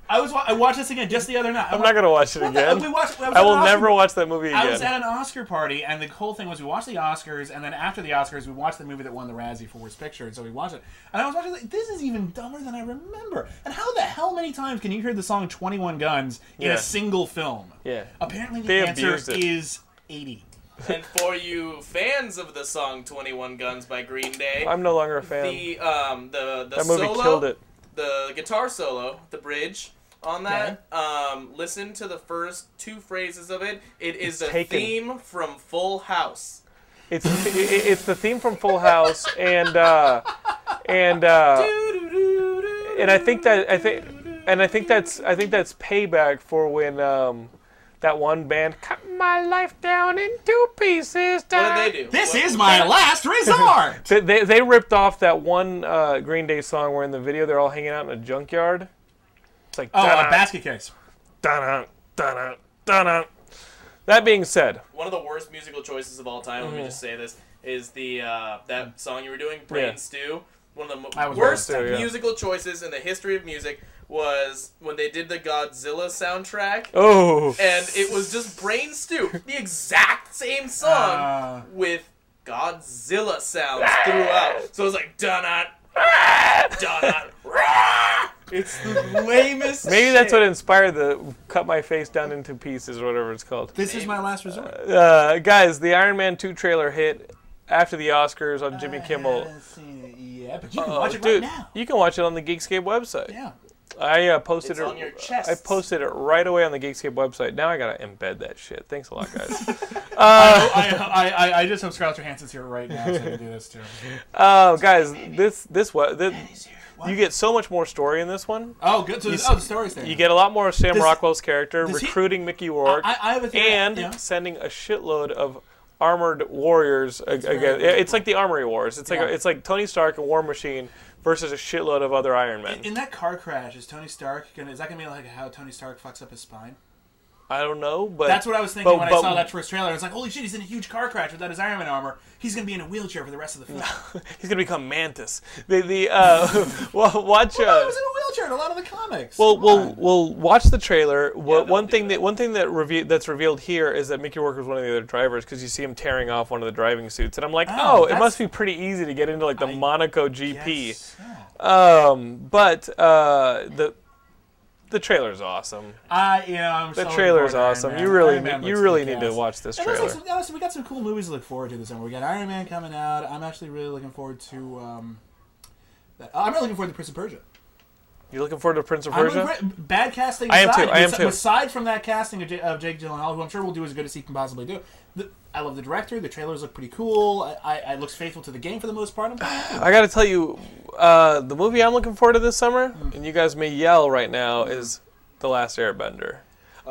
[SPEAKER 2] I was wa- I watched this again just the other night.
[SPEAKER 1] I'm not gonna watch it
[SPEAKER 2] What the-
[SPEAKER 1] again.
[SPEAKER 2] we watched- I was
[SPEAKER 1] I
[SPEAKER 2] at
[SPEAKER 1] will
[SPEAKER 2] an
[SPEAKER 1] never
[SPEAKER 2] Oscar-
[SPEAKER 1] watch that movie
[SPEAKER 2] I was
[SPEAKER 1] again.
[SPEAKER 2] at an Oscar party, and the whole thing was we watched the Oscars, and then after the Oscars, we watched the movie that won the Razzie for Worst Picture, and so we watched it. And I was watching, like, this is even dumber than I remember. And how the hell many times can you hear the song 21 Guns in
[SPEAKER 1] Yeah.
[SPEAKER 2] a single film?
[SPEAKER 1] Yeah.
[SPEAKER 2] Apparently, the
[SPEAKER 1] They
[SPEAKER 2] answer
[SPEAKER 1] abused it.
[SPEAKER 2] is 80.
[SPEAKER 3] and for you fans of the song Twenty One Guns by Green Day,
[SPEAKER 1] I'm no longer a fan.
[SPEAKER 3] the um the the
[SPEAKER 1] that movie
[SPEAKER 3] solo,
[SPEAKER 1] killed it.
[SPEAKER 3] the guitar solo, the bridge on that. Um, listen to the first two phrases of it. It is
[SPEAKER 1] It's
[SPEAKER 3] a
[SPEAKER 1] taken.
[SPEAKER 3] theme from Full House.
[SPEAKER 1] It's it- it- it's the theme from Full House and uh, and uh, and I think that I think and I think that's I think that's payback for when um, that one band cut my life down in two pieces.
[SPEAKER 3] What did they do?
[SPEAKER 2] This
[SPEAKER 3] is
[SPEAKER 2] is my last resort!
[SPEAKER 1] They, they, they ripped off that one uh, Green Day song where in the video they're all hanging out in a junkyard. It's like
[SPEAKER 2] oh, a
[SPEAKER 1] dun-dun,
[SPEAKER 2] basket case.
[SPEAKER 1] dun-dun, dun-dun, dun-dun. That being said,
[SPEAKER 3] one of the worst musical choices of all time. Let
[SPEAKER 1] Mm.
[SPEAKER 3] me just say this: is the uh, that song you were doing, Brain
[SPEAKER 1] Yeah.
[SPEAKER 3] Stew. One of the
[SPEAKER 2] I
[SPEAKER 3] mo-
[SPEAKER 2] was
[SPEAKER 3] worst
[SPEAKER 1] Brain Stew, yeah.
[SPEAKER 3] musical choices in the history of music was when they did the Godzilla soundtrack,
[SPEAKER 1] oh,
[SPEAKER 3] and it was just Brain Stew, the exact same song
[SPEAKER 2] Uh.
[SPEAKER 3] with Godzilla sounds
[SPEAKER 1] Ah.
[SPEAKER 3] throughout. So it was like dun dun It's the lamest.
[SPEAKER 1] maybe that's
[SPEAKER 3] shit.
[SPEAKER 1] what inspired the "Cut My Face Down into Pieces" or whatever it's called.
[SPEAKER 2] This is my last resort.
[SPEAKER 1] Uh, guys, the Iron Man 2 trailer hit after the Oscars on Jimmy Kimmel.
[SPEAKER 2] haven't seen it yet, but you can watch
[SPEAKER 1] Uh,
[SPEAKER 2] it
[SPEAKER 1] Dude,
[SPEAKER 2] Uh, right now.
[SPEAKER 1] you can watch it on the Geekscape website.
[SPEAKER 2] Yeah.
[SPEAKER 1] I uh, posted
[SPEAKER 3] It's
[SPEAKER 1] it.
[SPEAKER 3] on your chest.
[SPEAKER 1] I posted it right away on the Geekscape website. Now I gotta embed that shit. Thanks a lot, guys.
[SPEAKER 2] I, I, I, I just hope Scarlett Johansson's here right now so I can do this too.
[SPEAKER 1] Oh, guys, this this what this, you get so much more story in this one.
[SPEAKER 2] Oh, good. So, this, oh, the story's there.
[SPEAKER 1] You get a lot more of Sam
[SPEAKER 2] Does-
[SPEAKER 1] Rockwell's character
[SPEAKER 2] does he-
[SPEAKER 1] recruiting Mickey Rourke
[SPEAKER 2] I- I have a theory,
[SPEAKER 1] and
[SPEAKER 2] yeah.
[SPEAKER 1] sending a shitload of armored warriors ag- again. It's like the Armory Wars. It's like
[SPEAKER 2] Yeah.
[SPEAKER 1] it's like Tony Stark and War Machine versus a shitload of other Iron Men.
[SPEAKER 2] In that car crash, is Tony Stark gonna? Is that gonna be like how Tony Stark fucks up his spine?
[SPEAKER 1] I don't know, but
[SPEAKER 2] That's what I was thinking
[SPEAKER 1] but-
[SPEAKER 2] when I
[SPEAKER 1] but-
[SPEAKER 2] saw that first trailer. It's like, holy shit, he's in a huge car crash without his Iron Man armor. He's gonna be in a wheelchair for the rest of the film.
[SPEAKER 1] He's gonna become Mantis. The the uh, well, watch.
[SPEAKER 2] no, he
[SPEAKER 1] Uh,
[SPEAKER 2] was in a wheelchair in a lot of the comics.
[SPEAKER 1] Well,
[SPEAKER 2] Come
[SPEAKER 1] we'll,
[SPEAKER 2] on.
[SPEAKER 1] we'll watch the trailer. Wha-
[SPEAKER 3] they'll
[SPEAKER 1] one
[SPEAKER 3] do
[SPEAKER 1] thing
[SPEAKER 3] that.
[SPEAKER 1] that one thing that reve- that's revealed here is that Mickey Rourke was one of the other drivers because you see him tearing off one of the driving suits, and I'm like,
[SPEAKER 2] Oh,
[SPEAKER 1] oh, it
[SPEAKER 2] that's-
[SPEAKER 1] must be pretty easy to get into like the Monaco GP.
[SPEAKER 2] Yes. Oh.
[SPEAKER 1] Um, but uh, the the trailer's awesome.
[SPEAKER 2] I yeah, I'm
[SPEAKER 1] The
[SPEAKER 2] so
[SPEAKER 1] trailer's
[SPEAKER 2] looking forward to Iron
[SPEAKER 1] awesome.
[SPEAKER 2] Man.
[SPEAKER 1] You really
[SPEAKER 2] Iron Man
[SPEAKER 1] need, you
[SPEAKER 2] looks
[SPEAKER 1] really need to
[SPEAKER 2] kick-ass.
[SPEAKER 1] watch this
[SPEAKER 2] And also,
[SPEAKER 1] trailer.
[SPEAKER 2] some- also, we got some cool movies to look forward to this summer. We got Iron Man coming out. I'm actually really looking forward to. Um, that, I'm really looking forward to Prince of Persia.
[SPEAKER 1] You looking forward to Prince of
[SPEAKER 2] I'm
[SPEAKER 1] Persia?
[SPEAKER 2] really- bad casting.
[SPEAKER 1] I am
[SPEAKER 2] aside,
[SPEAKER 1] too, I am
[SPEAKER 2] besi-
[SPEAKER 1] too.
[SPEAKER 2] Aside from that casting of, J- of Jake Gyllenhaal, who I'm sure will do as good as he can possibly do. The, I love the director. The trailers look pretty cool. I, I, I looks faithful to the game for the most part. I'm-
[SPEAKER 1] I gotta tell you, uh, the movie I'm looking forward to this summer,
[SPEAKER 2] Hmm.
[SPEAKER 1] and you guys may yell right now, is The Last Airbender.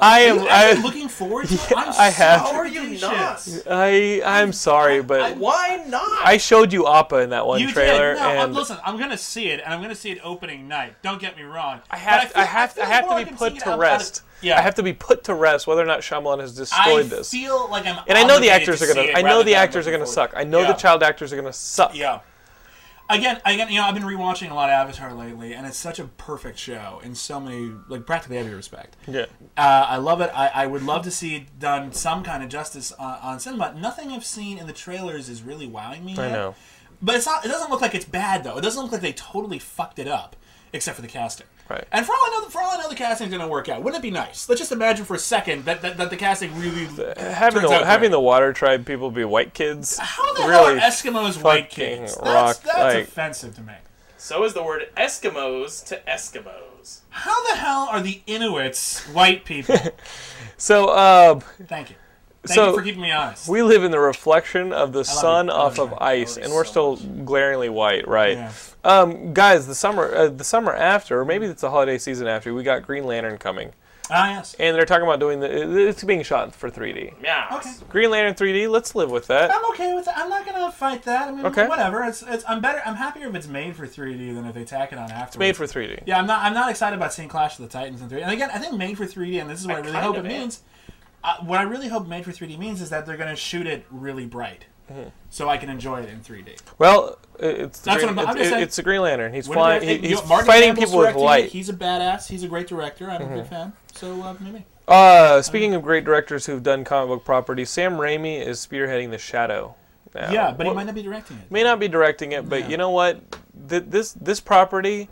[SPEAKER 1] I am.
[SPEAKER 2] I'm
[SPEAKER 1] I,
[SPEAKER 2] Uh, actually looking forward to. It. I'm
[SPEAKER 1] I have.
[SPEAKER 2] How
[SPEAKER 3] How are you not?
[SPEAKER 1] I I'm sorry, but I,
[SPEAKER 3] Why not?
[SPEAKER 1] showed you Appa in that one
[SPEAKER 2] You
[SPEAKER 1] trailer,
[SPEAKER 2] did. No, I'm-
[SPEAKER 1] and
[SPEAKER 2] listen, I'm gonna see it, and I'm gonna see it opening night. Don't get me wrong.
[SPEAKER 1] I have
[SPEAKER 2] But
[SPEAKER 1] I, have
[SPEAKER 2] feel
[SPEAKER 1] I have to
[SPEAKER 2] more I
[SPEAKER 1] be
[SPEAKER 2] can see
[SPEAKER 1] put
[SPEAKER 2] it
[SPEAKER 1] to
[SPEAKER 2] outside of-
[SPEAKER 1] rest.
[SPEAKER 2] yeah,
[SPEAKER 1] I have to be put to rest whether or not Shyamalan has destroyed this.
[SPEAKER 2] I feel like I'm.
[SPEAKER 1] and I know the
[SPEAKER 2] obligated
[SPEAKER 1] actors
[SPEAKER 2] to
[SPEAKER 1] are gonna.
[SPEAKER 2] see it
[SPEAKER 1] I know
[SPEAKER 2] rather
[SPEAKER 1] the
[SPEAKER 2] than
[SPEAKER 1] actors are
[SPEAKER 2] looking
[SPEAKER 1] gonna
[SPEAKER 2] forward.
[SPEAKER 1] suck. I know
[SPEAKER 2] Yeah.
[SPEAKER 1] the child actors are gonna suck.
[SPEAKER 2] Yeah. Again, again, you know, I've been rewatching a lot of Avatar lately, and it's such a perfect show in so many, like practically every respect.
[SPEAKER 1] Yeah.
[SPEAKER 2] Uh, I love it. I, I would love to see it done some kind of justice on, on cinema. Nothing I've seen in the trailers is really wowing me.
[SPEAKER 1] I
[SPEAKER 2] yet.
[SPEAKER 1] know.
[SPEAKER 2] But it's not. It doesn't look like it's bad though. It doesn't look like they totally fucked it up, except for the casting.
[SPEAKER 1] Right.
[SPEAKER 2] And for all I know, for all I know, the casting didn't work out. Wouldn't it be nice? Let's just imagine for a second that that, that the casting really
[SPEAKER 1] Having
[SPEAKER 2] turns
[SPEAKER 1] the
[SPEAKER 2] out
[SPEAKER 1] having
[SPEAKER 2] great.
[SPEAKER 1] the water tribe people be white kids.
[SPEAKER 2] How the
[SPEAKER 1] really
[SPEAKER 2] hell are Eskimos white
[SPEAKER 1] fucking
[SPEAKER 2] kids?
[SPEAKER 1] rock,
[SPEAKER 2] that's that's
[SPEAKER 1] like-
[SPEAKER 2] offensive to me.
[SPEAKER 3] So is the word Eskimos to Eskimos.
[SPEAKER 2] How the hell are the Inuits white people?
[SPEAKER 1] So uh,
[SPEAKER 2] Thank you. Thank
[SPEAKER 1] So-
[SPEAKER 2] you for keeping me honest.
[SPEAKER 1] we live in the reflection of the sun
[SPEAKER 2] you. I
[SPEAKER 1] off
[SPEAKER 2] love
[SPEAKER 1] of
[SPEAKER 2] you. I love
[SPEAKER 1] ice,
[SPEAKER 3] you
[SPEAKER 1] and we're
[SPEAKER 3] so
[SPEAKER 1] still glaringly white, right?
[SPEAKER 2] Yeah.
[SPEAKER 1] Um, guys, the summer, uh, the summer after, or maybe it's the holiday season after, we got Green Lantern coming,
[SPEAKER 2] ah, yes.
[SPEAKER 1] and they're talking about doing the. It's being shot for 3D.
[SPEAKER 3] Yeah.
[SPEAKER 2] Okay.
[SPEAKER 1] Green Lantern 3D. Let's live with that.
[SPEAKER 2] I'm okay with that. I'm not gonna fight that. I mean,
[SPEAKER 1] Okay.
[SPEAKER 2] whatever. It's, it's I'm better. I'm happier if it's made for 3D than if they tack it on afterwards.
[SPEAKER 1] Made for 3D.
[SPEAKER 2] Yeah, I'm not. I'm not excited about seeing Clash of the Titans in 3D. And again, I think made for 3D, and this is what I, really
[SPEAKER 3] kind
[SPEAKER 2] hope
[SPEAKER 3] of
[SPEAKER 2] it
[SPEAKER 3] am.
[SPEAKER 2] means. Uh, what I really hope made for 3D means is that they're gonna shoot it really bright,
[SPEAKER 1] Mm-hmm.
[SPEAKER 2] so I can enjoy it in 3D.
[SPEAKER 1] Well, it's the
[SPEAKER 2] That's
[SPEAKER 1] Green,
[SPEAKER 2] what I'm- I'm
[SPEAKER 1] it's-
[SPEAKER 2] just saying-
[SPEAKER 1] it's the Green Lantern. He's
[SPEAKER 2] Whatever
[SPEAKER 1] flying.
[SPEAKER 2] they-
[SPEAKER 1] He,
[SPEAKER 2] you know,
[SPEAKER 1] he's
[SPEAKER 2] Martin
[SPEAKER 1] fighting
[SPEAKER 2] Campbell's
[SPEAKER 1] people with
[SPEAKER 2] directing it.
[SPEAKER 1] light. Mm-hmm.
[SPEAKER 2] He's a badass. He's a great director. I'm a big fan. So uh, maybe.
[SPEAKER 1] Uh, speaking of great directors who've done comic book properties, Sam Raimi is spearheading The Shadow. now.
[SPEAKER 2] Yeah, but
[SPEAKER 1] Well,
[SPEAKER 2] he might not be directing it.
[SPEAKER 1] may not be directing it, but you know what? Th- this this property,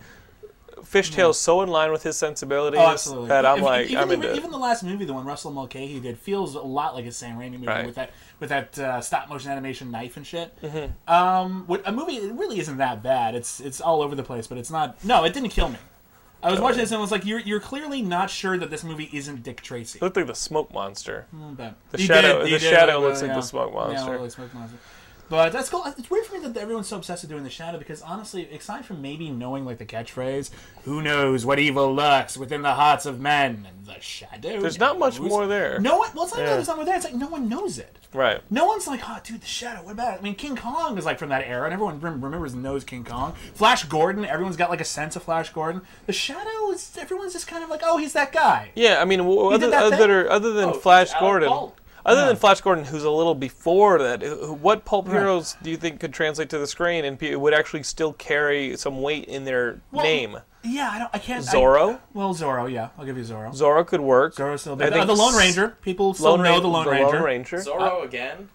[SPEAKER 1] Fishtail's so in line with his sensibilities
[SPEAKER 2] Mm. Oh, absolutely.
[SPEAKER 1] that uh, I'm
[SPEAKER 2] If-
[SPEAKER 1] like,
[SPEAKER 2] even,
[SPEAKER 1] I'm
[SPEAKER 2] the-
[SPEAKER 1] into.
[SPEAKER 2] even the last movie, the one Russell Mulcahy did, feels a lot like a Sam Raimi movie
[SPEAKER 1] Right.
[SPEAKER 2] with that with that uh, stop motion animation knife and shit.
[SPEAKER 1] Mm-hmm.
[SPEAKER 2] Um, what, a movie it really isn't that bad. It's it's all over the place, but it's not. No, it didn't kill me. I was watching this and was like, "You're you're clearly not sure that this movie isn't Dick Tracy."
[SPEAKER 1] it looked like the smoke monster.
[SPEAKER 2] But
[SPEAKER 1] The
[SPEAKER 2] He
[SPEAKER 1] shadow-
[SPEAKER 2] he
[SPEAKER 1] the shadow
[SPEAKER 2] look
[SPEAKER 1] looks like the
[SPEAKER 2] yeah.
[SPEAKER 1] smoke
[SPEAKER 2] Yeah,
[SPEAKER 1] monster.
[SPEAKER 2] it looks like smoke monster. But that's cool. It's weird for me that everyone's so obsessed with doing the shadow because honestly, aside from maybe knowing like the catchphrase, "Who knows what evil lurks within the hearts of men?" and the shadow.
[SPEAKER 1] There's not much
[SPEAKER 2] knows.
[SPEAKER 1] more there.
[SPEAKER 2] No one. Well, it's not
[SPEAKER 1] Yeah.
[SPEAKER 2] that there's not more there. It's like no one knows it.
[SPEAKER 1] Right.
[SPEAKER 2] No one's like, oh, dude, the shadow. What about it? I mean, King Kong is like from that era, and everyone rem- remembers and knows King Kong. Flash Gordon. Everyone's got like a sense of Flash Gordon. The shadow is. Everyone's just kind of like, oh, he's that guy.
[SPEAKER 1] Yeah, I mean, w-
[SPEAKER 2] He did
[SPEAKER 1] other,
[SPEAKER 2] that thing?
[SPEAKER 1] other, other than
[SPEAKER 3] Oh,
[SPEAKER 1] Flash
[SPEAKER 3] Alec
[SPEAKER 1] Gordon.
[SPEAKER 3] Baldwin.
[SPEAKER 1] Other than Flash Gordon, who's a little before that, who- what pulp heroes do you think could translate to the screen and pe- would actually still carry some weight in their
[SPEAKER 2] Well,
[SPEAKER 1] name?
[SPEAKER 2] Yeah, I don't. I can't. I-
[SPEAKER 1] Zorro?
[SPEAKER 2] well, Zorro. Yeah, I'll give you Zorro.
[SPEAKER 1] Zorro could work.
[SPEAKER 2] Zorro's still
[SPEAKER 1] I
[SPEAKER 2] big.
[SPEAKER 1] think
[SPEAKER 2] Uh, the Lone
[SPEAKER 1] s-
[SPEAKER 2] Ranger. People still
[SPEAKER 1] Lone
[SPEAKER 2] know
[SPEAKER 1] Ran-
[SPEAKER 2] the Lone
[SPEAKER 1] Lone
[SPEAKER 2] Ranger.
[SPEAKER 1] Ranger.
[SPEAKER 3] Zorro again.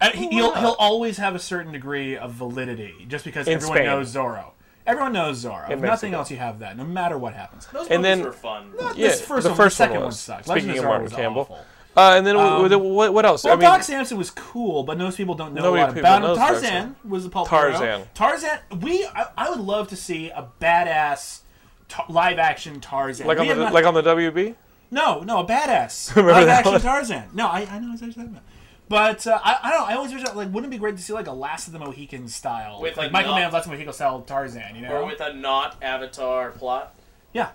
[SPEAKER 2] And he, will he'll always have a certain degree of validity, just because
[SPEAKER 1] In
[SPEAKER 2] everyone
[SPEAKER 1] Spain.
[SPEAKER 2] knows Zorro. Everyone knows Zorro. If nothing
[SPEAKER 1] Mexico.
[SPEAKER 2] else, you have that, no matter what happens.
[SPEAKER 3] Those
[SPEAKER 1] And
[SPEAKER 3] and
[SPEAKER 1] then-
[SPEAKER 3] then, were fun.
[SPEAKER 1] Yeah,
[SPEAKER 2] This first
[SPEAKER 1] the
[SPEAKER 2] one,
[SPEAKER 1] first
[SPEAKER 2] the second
[SPEAKER 1] one
[SPEAKER 2] one,
[SPEAKER 1] was.
[SPEAKER 2] sucks.
[SPEAKER 1] Speaking
[SPEAKER 2] Legend
[SPEAKER 1] of
[SPEAKER 2] Zorro
[SPEAKER 1] Martin
[SPEAKER 2] was
[SPEAKER 1] Campbell.
[SPEAKER 2] awful. Um,
[SPEAKER 1] Uh, and then w w- what, what else?
[SPEAKER 2] Well,
[SPEAKER 1] I mean,
[SPEAKER 2] Doc Samson was cool, but most people don't know
[SPEAKER 1] Nobody
[SPEAKER 2] a lot
[SPEAKER 1] people
[SPEAKER 2] about him.
[SPEAKER 1] knows Doc Samson.
[SPEAKER 2] Tarzan was a pulp
[SPEAKER 1] Tarzan.
[SPEAKER 2] hero. Tarzan. We, I, I would love to see a badass ta- live-action Tarzan.
[SPEAKER 1] like on
[SPEAKER 2] We
[SPEAKER 1] the
[SPEAKER 2] have not-
[SPEAKER 1] like on the WB.
[SPEAKER 2] No, no, a badass.
[SPEAKER 1] Remember
[SPEAKER 2] Live
[SPEAKER 1] that
[SPEAKER 2] action
[SPEAKER 1] one?
[SPEAKER 2] Tarzan. No, I, I know exactly what you're talking about. But uh, I, I don't. know, I always wish like wouldn't it be great to see like a Last of the Mohicans style,
[SPEAKER 3] With,
[SPEAKER 2] like,
[SPEAKER 3] like,
[SPEAKER 2] Michael
[SPEAKER 3] not-
[SPEAKER 2] Mann's Last of the Mohicans style Tarzan, you know?
[SPEAKER 3] Or with a not Avatar plot.
[SPEAKER 2] yeah.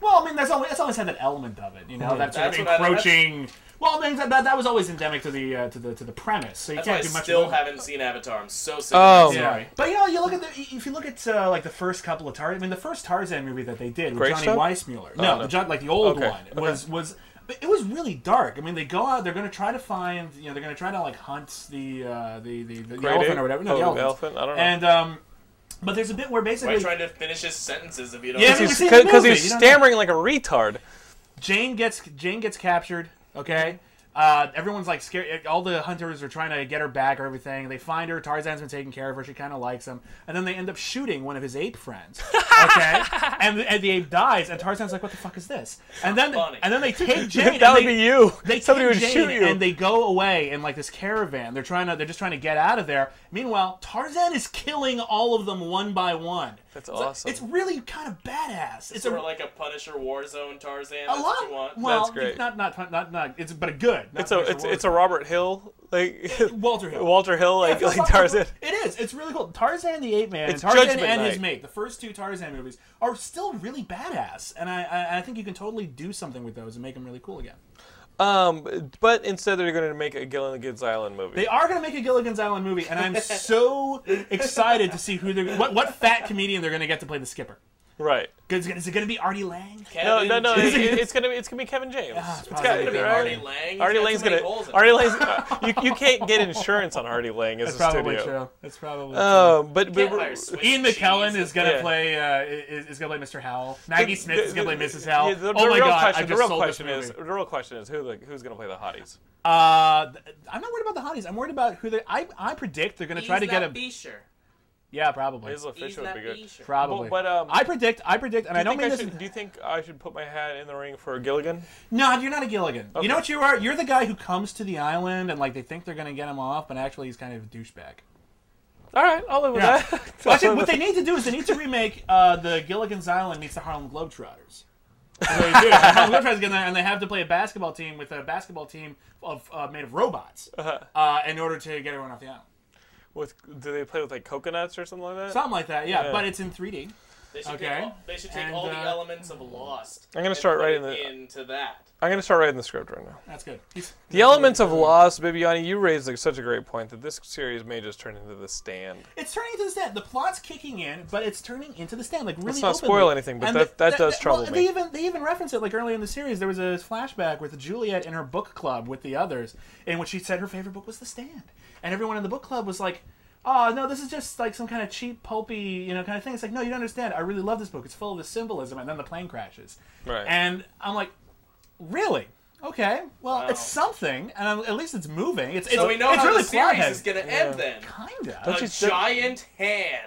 [SPEAKER 2] Well, I mean, that's always that's always had that element of it, you
[SPEAKER 1] Hmm.
[SPEAKER 2] know, that sort
[SPEAKER 3] That's
[SPEAKER 2] of
[SPEAKER 3] what I- that's-
[SPEAKER 2] encroaching. well, I mean, that, that, that was always endemic to the uh, to the to the premise, so you
[SPEAKER 3] That's why I
[SPEAKER 2] can't do much.
[SPEAKER 3] still
[SPEAKER 2] more.
[SPEAKER 3] haven't seen Avatar. I'm so sick
[SPEAKER 1] Oh.
[SPEAKER 3] of it. Sorry.
[SPEAKER 2] But you know, you look at the if you look at uh, like the first couple of Tarzan. I mean, the first Tarzan movie that they did with
[SPEAKER 1] Great
[SPEAKER 2] Johnny
[SPEAKER 1] Stuff? Oh,
[SPEAKER 2] Weissmuller. No,
[SPEAKER 1] no.
[SPEAKER 2] The John, like the old
[SPEAKER 1] Okay,
[SPEAKER 2] one was was. But it was really dark. I mean, they go out. They're going to try to find. You know, they're going to try to like hunt the uh, the the, the,
[SPEAKER 1] Great
[SPEAKER 2] elephant
[SPEAKER 1] ape?
[SPEAKER 2] or whatever.
[SPEAKER 1] Oh,
[SPEAKER 2] No,
[SPEAKER 1] the
[SPEAKER 2] the elephant.
[SPEAKER 1] elephant? I don't know.
[SPEAKER 2] And um, but there's a bit where
[SPEAKER 3] Why are you
[SPEAKER 2] basically
[SPEAKER 3] trying to finish his sentences if you don't?
[SPEAKER 2] Yeah,
[SPEAKER 3] know?
[SPEAKER 2] I've never seen the
[SPEAKER 1] because
[SPEAKER 2] movie,
[SPEAKER 1] he's
[SPEAKER 2] you don't know.
[SPEAKER 1] stammering like a retard.
[SPEAKER 2] Jane gets Jane gets captured. Okay. Uh, everyone's like scared. All the hunters are trying to get her back or everything. They find her. Tarzan's been taking care of her. She kind of likes him. And then they end up shooting one of his ape friends. Okay. and, the, and the ape dies. And Tarzan's like, "What the fuck is this?" And then
[SPEAKER 3] Funny.
[SPEAKER 2] and then they take Jane.
[SPEAKER 1] That
[SPEAKER 2] and
[SPEAKER 1] would
[SPEAKER 2] they-
[SPEAKER 1] be you.
[SPEAKER 2] They
[SPEAKER 1] Somebody
[SPEAKER 2] take
[SPEAKER 1] would
[SPEAKER 2] Jane
[SPEAKER 1] shoot you.
[SPEAKER 2] And they go away in like this caravan. They're trying to. They're just trying to get out of there. Meanwhile, Tarzan is killing all of them one by one.
[SPEAKER 1] That's
[SPEAKER 2] It's like-
[SPEAKER 1] awesome.
[SPEAKER 2] It's really kind of badass. It's
[SPEAKER 3] Sort
[SPEAKER 2] a
[SPEAKER 3] of like a Punisher Warzone Tarzan.
[SPEAKER 2] a
[SPEAKER 3] that's what
[SPEAKER 2] lot.
[SPEAKER 3] you want.
[SPEAKER 2] Well,
[SPEAKER 1] That's great.
[SPEAKER 2] not not not not. It's but a good. not
[SPEAKER 1] It's a
[SPEAKER 2] Richard
[SPEAKER 1] it's, it's a
[SPEAKER 2] Wallace.
[SPEAKER 1] Robert Hill like
[SPEAKER 2] Walter Hill.
[SPEAKER 1] Walter Hill like like Tarzan.
[SPEAKER 2] It is. It's really cool. Tarzan the Ape Man.
[SPEAKER 1] It's
[SPEAKER 2] Tarzan
[SPEAKER 1] Judgment
[SPEAKER 2] and his
[SPEAKER 1] Night.
[SPEAKER 2] mate. The first two Tarzan movies are still really badass, and I, I I think you can totally do something with those and make them really cool again.
[SPEAKER 1] Um, but instead they're going to make a Gilligan's Island movie.
[SPEAKER 2] They are going to make a Gilligan's Island movie, and I'm so excited to see who they're what what fat comedian they're going to get to play the skipper.
[SPEAKER 1] right.
[SPEAKER 2] Is it- is it going to be Artie Lang?
[SPEAKER 1] No,
[SPEAKER 3] Kevin
[SPEAKER 1] no, no.
[SPEAKER 3] James.
[SPEAKER 1] it- it- it's gonna be it's gonna be Kevin James.
[SPEAKER 2] Ah, it's
[SPEAKER 1] it's
[SPEAKER 2] probably
[SPEAKER 1] got
[SPEAKER 2] gonna be
[SPEAKER 3] Artie Lang. He's
[SPEAKER 1] Artie
[SPEAKER 3] got
[SPEAKER 1] Lang's
[SPEAKER 3] too many
[SPEAKER 1] gonna
[SPEAKER 3] holes in
[SPEAKER 1] Artie
[SPEAKER 3] him.
[SPEAKER 1] Lang's uh, you, you can't get insurance on Artie Lang as
[SPEAKER 2] That's
[SPEAKER 1] a
[SPEAKER 2] probably
[SPEAKER 1] studio.
[SPEAKER 2] true. That's probably true.
[SPEAKER 1] Um, but,
[SPEAKER 3] Can't
[SPEAKER 1] but
[SPEAKER 3] hire Swiss
[SPEAKER 2] Ian McKellen
[SPEAKER 3] cheese.
[SPEAKER 2] is gonna
[SPEAKER 1] Yeah.
[SPEAKER 2] play uh, is, is gonna play Mr. Howell. Maggie Smith is gonna play Mrs.
[SPEAKER 1] Yeah,
[SPEAKER 2] Howell.
[SPEAKER 1] the, the
[SPEAKER 2] oh my
[SPEAKER 1] real
[SPEAKER 2] god!
[SPEAKER 1] Question,
[SPEAKER 2] I
[SPEAKER 1] the
[SPEAKER 2] just
[SPEAKER 1] real
[SPEAKER 2] sold
[SPEAKER 1] question
[SPEAKER 2] this
[SPEAKER 1] is
[SPEAKER 2] movie.
[SPEAKER 1] the real question is who the, who's going to play the hotties?
[SPEAKER 2] Uh, th- I'm not worried about the hotties. I'm worried about who they. I, I predict they're gonna try to get a.
[SPEAKER 3] Beecher.
[SPEAKER 2] yeah, probably.
[SPEAKER 1] Isla Fisher would be good.
[SPEAKER 2] Probably.
[SPEAKER 1] But- but, um,
[SPEAKER 2] I predict. I predict, and I
[SPEAKER 1] Do you,
[SPEAKER 2] don't
[SPEAKER 1] think I
[SPEAKER 2] mean this.
[SPEAKER 1] should, do you think I should put my hat in the ring for Gilligan?
[SPEAKER 2] No, you're not a Gilligan. You know what you are? You're the guy who comes to the island and like they think they're gonna get him off, but actually he's kind of a douchebag.
[SPEAKER 1] All right, I'll live with
[SPEAKER 2] Yeah.
[SPEAKER 1] that.
[SPEAKER 2] Well, I think what they need to do is they need to remake uh, the Gilligan's Island meets the Harlem Globetrotters. That's what they do. The Harlem Globetrotters get there, and they have to play a basketball team with a basketball team of uh, made of robots uh in order to get everyone off the island.
[SPEAKER 1] With do they play with like coconuts or something like that?
[SPEAKER 2] Something like that, yeah.
[SPEAKER 1] Yeah.
[SPEAKER 2] But it's in 3D.
[SPEAKER 3] They should
[SPEAKER 2] Okay.
[SPEAKER 3] take all, they should take
[SPEAKER 2] And,
[SPEAKER 3] all the
[SPEAKER 2] uh,
[SPEAKER 3] elements of Lost.
[SPEAKER 1] I'm gonna
[SPEAKER 3] and
[SPEAKER 1] start
[SPEAKER 3] put
[SPEAKER 1] writing
[SPEAKER 3] it
[SPEAKER 1] the-
[SPEAKER 3] into that.
[SPEAKER 1] I'm gonna start writing the script right now.
[SPEAKER 2] That's good. He's-
[SPEAKER 1] The elements of Lost, Bibiani, you raised like, such a great point that this series may just turn into The Stand.
[SPEAKER 2] It's turning into the stand. The plot's kicking in, but it's turning into the stand. Like really.
[SPEAKER 1] not
[SPEAKER 2] openly.
[SPEAKER 1] spoil anything, but that- that does trouble
[SPEAKER 2] well,
[SPEAKER 1] me.
[SPEAKER 2] They even they even reference it like early in the series. There was a flashback with Juliet in her book club with the others, in which she said her favorite book was The Stand, and everyone in the book club was like. Oh no! This is just like some kind of cheap, pulpy, you know, kind of thing. It's like, no, you don't understand. I really love this book. It's full of the symbolism, and then the plane crashes.
[SPEAKER 1] Right.
[SPEAKER 2] And I'm like, really? Okay. Well,
[SPEAKER 3] Wow.
[SPEAKER 2] it's something, and I'm, at least it's moving. It's,
[SPEAKER 1] Oh,
[SPEAKER 3] So
[SPEAKER 2] it's
[SPEAKER 3] we know
[SPEAKER 2] it's
[SPEAKER 3] how
[SPEAKER 2] really
[SPEAKER 3] the series
[SPEAKER 2] plot-heavy.
[SPEAKER 3] is gonna end then.
[SPEAKER 2] Kinda.
[SPEAKER 3] A giant hand.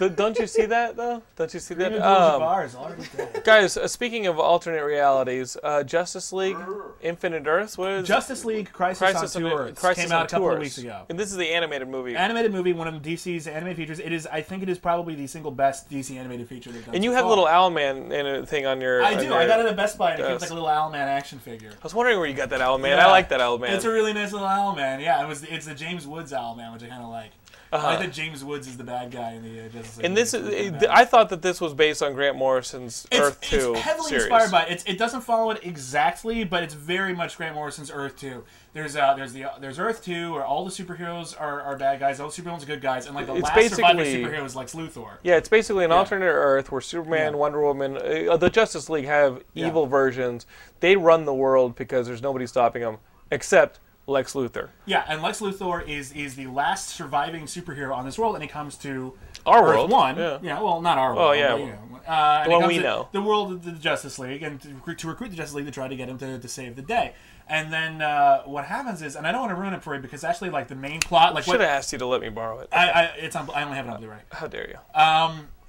[SPEAKER 1] Th- don't you see that though? Don't you see that?
[SPEAKER 2] Those
[SPEAKER 1] Um,
[SPEAKER 2] bars already dead.
[SPEAKER 1] guys, uh, speaking of alternate realities, uh, Justice League, Infinite Earths. What is
[SPEAKER 2] Justice League Crisis,
[SPEAKER 1] Crisis
[SPEAKER 2] on Two
[SPEAKER 1] on-
[SPEAKER 2] Earths
[SPEAKER 1] Crisis
[SPEAKER 2] came out
[SPEAKER 1] on
[SPEAKER 2] a couple
[SPEAKER 1] Two
[SPEAKER 2] of
[SPEAKER 1] Earths.
[SPEAKER 2] weeks ago.
[SPEAKER 1] and this is the animated movie.
[SPEAKER 2] Animated movie, one of DC's animated features. It is, I think, it is probably the single best DC animated feature they've done.
[SPEAKER 1] and you
[SPEAKER 2] so
[SPEAKER 1] have a
[SPEAKER 2] far.
[SPEAKER 1] little Owlman in a thing on your.
[SPEAKER 2] I
[SPEAKER 1] on
[SPEAKER 2] do.
[SPEAKER 1] your-
[SPEAKER 2] I got it at Best Buy, and it
[SPEAKER 1] Yes.
[SPEAKER 2] comes like a little Owlman action figure.
[SPEAKER 1] I was wondering where you got that Owlman.
[SPEAKER 2] Yeah.
[SPEAKER 1] I like that Owlman.
[SPEAKER 2] It's a really nice little Owlman. Yeah, it was. It's the James Woods Owlman, which I kind of like. I like that James Woods is the bad guy in the uh, Justice
[SPEAKER 1] Uh-huh.
[SPEAKER 2] League.
[SPEAKER 1] and this,
[SPEAKER 2] It's really
[SPEAKER 1] is,
[SPEAKER 2] bad.
[SPEAKER 1] I thought that this was based on Grant Morrison's
[SPEAKER 2] it's,
[SPEAKER 1] Earth Two
[SPEAKER 2] It's heavily
[SPEAKER 1] series.
[SPEAKER 2] inspired by it. It's, it doesn't follow it exactly, but it's very much Grant Morrison's Earth Two. There's uh, there's the there's Earth Two where all the superheroes are, are bad guys, all the superheroes are good guys, and like the
[SPEAKER 1] It's
[SPEAKER 2] last surviving
[SPEAKER 1] basically-
[SPEAKER 2] superhero is Lex Luthor.
[SPEAKER 1] Yeah, it's basically an alternate Earth where Superman, Wonder Woman, uh, the Justice League have evil versions. They run the world because there's nobody stopping them except Lex Luthor.
[SPEAKER 2] Yeah, and Lex Luthor is is the last surviving superhero on this world, and he comes to
[SPEAKER 1] Our
[SPEAKER 2] Earth
[SPEAKER 1] world,
[SPEAKER 2] One.
[SPEAKER 1] yeah.
[SPEAKER 2] well, not our world.
[SPEAKER 1] yeah.
[SPEAKER 2] but, you know, uh, and
[SPEAKER 1] The
[SPEAKER 2] he
[SPEAKER 1] one
[SPEAKER 2] comes
[SPEAKER 1] we
[SPEAKER 2] to
[SPEAKER 1] know.
[SPEAKER 2] The world of the Justice League, and to, recruit- to recruit the Justice League to try to get him to, to save the day. And then uh, what happens is, and I don't want to ruin it for you because actually, like the main plot, like
[SPEAKER 1] Should
[SPEAKER 2] what,
[SPEAKER 1] have asked you to let me borrow it.
[SPEAKER 2] I, I it's on, I only have it on Blu-ray. Um,
[SPEAKER 1] How dare you?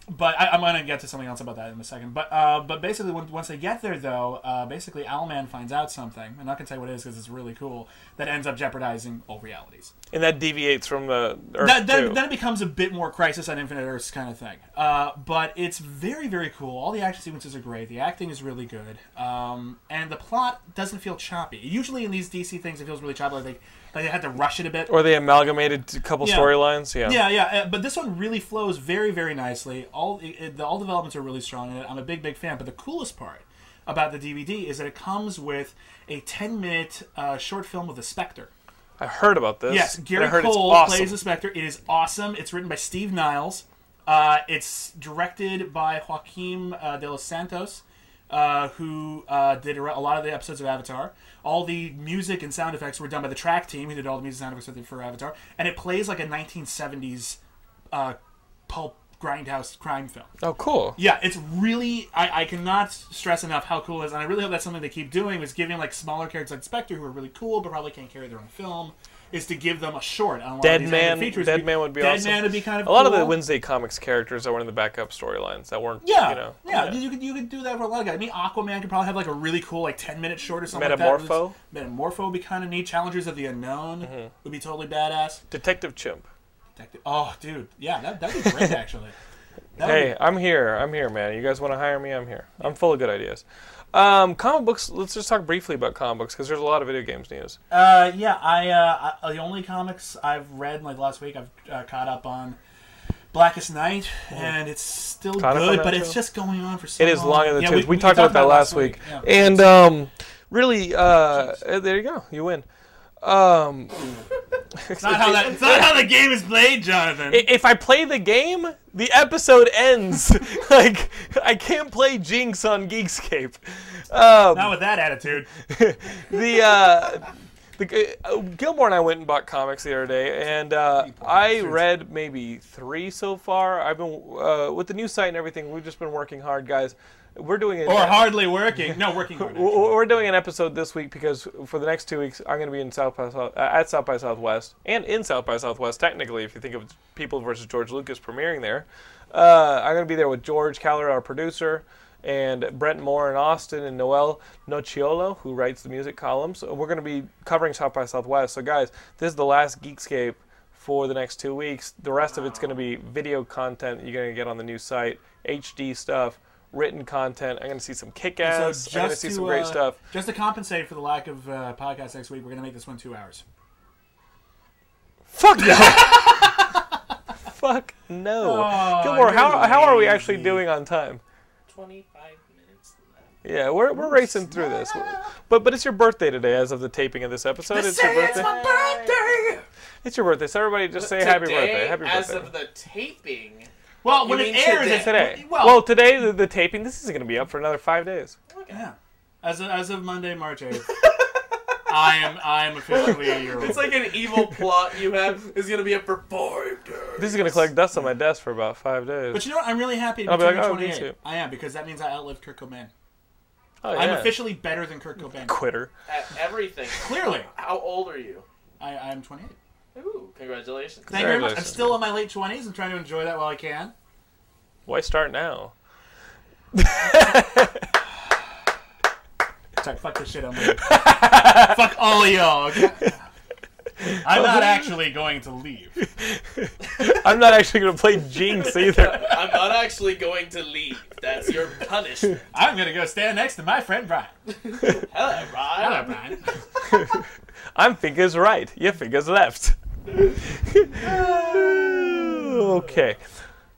[SPEAKER 2] But I, I'm gonna get to something else about that in a second. But uh, but basically, when, once they get there, though, uh, basically Owlman finds out something. I'm not gonna tell you what it is because it's really cool. That ends up jeopardizing all realities.
[SPEAKER 1] and that deviates from the Earth
[SPEAKER 2] That,
[SPEAKER 1] Two.
[SPEAKER 2] then, then it becomes a bit more Crisis on Infinite Earths kind of thing. Uh, but it's very very cool. All the action sequences are great. The acting is really good. Um, and the plot doesn't feel choppy. Usually in these DC things, it feels really choppy. Like they, like they had to rush it a bit.
[SPEAKER 1] or they amalgamated a couple
[SPEAKER 2] Yeah.
[SPEAKER 1] storylines. Yeah.
[SPEAKER 2] Yeah, yeah, uh, but this one really flows very, very nicely. All it, it, the, all developments are really strong in it. I'm a big, big fan. But the coolest part about the DVD is that it comes with a 10 minute uh, short film of the Spectre.
[SPEAKER 1] I heard about this.
[SPEAKER 2] Yes,
[SPEAKER 1] and
[SPEAKER 2] Gary
[SPEAKER 1] I heard it's
[SPEAKER 2] Cole
[SPEAKER 1] awesome.
[SPEAKER 2] plays the Spectre. It is awesome. It's written by Steve Niles. Uh, it's directed by Joaquim uh, de los Santos, uh, who uh, did a ro- a lot of the episodes of Avatar. All the music and sound effects were done by the track team, who did all the music and sound effects for Avatar. And it plays like a 1970s uh, pulp grindhouse crime film.
[SPEAKER 1] Oh, cool.
[SPEAKER 2] Yeah, it's really I, I cannot stress enough how cool it is, and I really hope that's something they keep doing is giving like smaller characters like Spectre who are really cool but probably can't carry their own film, is to give them a short on a lot of
[SPEAKER 1] Dead
[SPEAKER 2] these
[SPEAKER 1] Man,
[SPEAKER 2] other features.
[SPEAKER 1] Dead Man would be
[SPEAKER 2] Dead
[SPEAKER 1] awesome.
[SPEAKER 2] Man would be kind of
[SPEAKER 1] a lot of
[SPEAKER 2] cool.
[SPEAKER 1] the Wednesday comics characters that were in the backup storylines that weren't.
[SPEAKER 2] Yeah,
[SPEAKER 1] You know,
[SPEAKER 2] yeah, you could you could do that for a lot of guys. I mean, Aquaman could probably have like a really cool like ten minute short or something. like that.
[SPEAKER 1] Metamorpho? Mm-hmm.
[SPEAKER 2] Metamorpho would be kind of neat. Challengers of the Unknown would be totally badass.
[SPEAKER 1] Detective Chimp.
[SPEAKER 2] Detective- Oh, dude, yeah, that that'd be great actually. That would be
[SPEAKER 1] Hey, I'm here. I'm here, man. You guys want to hire me? I'm here. I'm full of good ideas. Um, comic books. Let's just talk briefly about comic books because there's a lot of video games news.
[SPEAKER 2] Uh, yeah, I, uh, I the only comics I've read like last week I've uh, caught up on Blackest Night, and it's still
[SPEAKER 1] Hmm. up on
[SPEAKER 2] good,
[SPEAKER 1] that
[SPEAKER 2] but
[SPEAKER 1] too?
[SPEAKER 2] it's just going on for so
[SPEAKER 1] It is
[SPEAKER 2] long.
[SPEAKER 1] long in the
[SPEAKER 2] yeah,
[SPEAKER 1] tooth. Um, We, talked about that last week,
[SPEAKER 2] Yeah.
[SPEAKER 1] and um, really, uh, uh, there you go. You win. Um,
[SPEAKER 2] It's not how that. It's not how the game is played, Jonathan.
[SPEAKER 1] i- if I play the game, the episode ends. like I can't play Jinx on Geekscape. Um,
[SPEAKER 2] not with that attitude.
[SPEAKER 1] the uh, the uh, Gilmore and I went and bought comics the other day, and uh, I read maybe three so far. I've been uh, with the new site and everything. We've just been working hard, guys. We're doing it.
[SPEAKER 2] Or hardly working. No, working hard. actually.
[SPEAKER 1] We're we're doing an episode this week because for the next two weeks I'm going to be in South by South, uh, at South by Southwest and in South by Southwest. Technically, if you think of People versus George Lucas premiering there, uh, I'm going to be there with George Caller, our producer, and Brent Moore in Austin and Noel Nociolo, who Uh, writes the music columns. We're going to be covering South by Southwest. So guys, this is the last Geekscape for the next two weeks. The rest of it's going to be video content you're going to get on the new site, HD stuff, written content. I'm going to see some kick
[SPEAKER 2] So
[SPEAKER 1] ass.
[SPEAKER 2] just
[SPEAKER 1] I'm going to see some
[SPEAKER 2] to,
[SPEAKER 1] great
[SPEAKER 2] uh,
[SPEAKER 1] stuff.
[SPEAKER 2] Just to compensate for the lack of uh, podcast next week, we're going to make this one two hours.
[SPEAKER 1] Fuck no! Fuck no! Gilmore, how, how are we actually doing on time?
[SPEAKER 3] 25 minutes left.
[SPEAKER 1] Yeah, we're, we're racing through this. But but it's your birthday today as of the taping of this episode. It's your birthday.
[SPEAKER 3] birthday!
[SPEAKER 1] It's your birthday. So everybody just say
[SPEAKER 3] Today,
[SPEAKER 1] happy birthday. Happy
[SPEAKER 3] as
[SPEAKER 1] birthday.
[SPEAKER 3] of the taping,
[SPEAKER 2] Well,
[SPEAKER 3] You
[SPEAKER 2] when
[SPEAKER 3] mean
[SPEAKER 2] it airs,
[SPEAKER 3] today?
[SPEAKER 2] it's
[SPEAKER 1] today. Well,
[SPEAKER 2] Well,
[SPEAKER 1] today the, the taping. This isn't going to be up for another five days.
[SPEAKER 2] yeah. As of, as of Monday, March eighth, I am I am officially a year old.
[SPEAKER 3] it's like an evil plot you have is gonna be up for five days.
[SPEAKER 1] This is going to collect dust on my desk for about five days.
[SPEAKER 2] but you know what? I'm really happy to
[SPEAKER 1] I'll
[SPEAKER 2] be
[SPEAKER 1] be like,
[SPEAKER 2] turning
[SPEAKER 1] oh, me
[SPEAKER 2] 28.
[SPEAKER 1] too.
[SPEAKER 2] I am because that means I outlived Kurt Cobain.
[SPEAKER 1] oh, yeah.
[SPEAKER 2] I'm officially better than Kurt Cobain.
[SPEAKER 1] quitter.
[SPEAKER 3] At E-, everything.
[SPEAKER 2] Clearly,
[SPEAKER 3] How old are you?
[SPEAKER 2] I I am 28.
[SPEAKER 3] Ooh, congratulations.
[SPEAKER 2] Thank you very much. I'm
[SPEAKER 1] Congratulations.
[SPEAKER 2] still in my late 20s. I'm trying to enjoy that while I can.
[SPEAKER 1] Why start now?
[SPEAKER 2] Sorry, fuck this shit. I'm leaving. fuck all of y'all. okay?
[SPEAKER 1] Oh,
[SPEAKER 2] I'm not actually going to leave.
[SPEAKER 1] I'm not actually going to play Jinx either.
[SPEAKER 3] I'm not actually going to leave. That's your punishment.
[SPEAKER 2] I'm gonna go stand next to my friend Brian.
[SPEAKER 3] Hello,
[SPEAKER 2] Hello,
[SPEAKER 3] Ryan.
[SPEAKER 2] Brian.
[SPEAKER 1] I'm fingers right. Your fingers left. okay.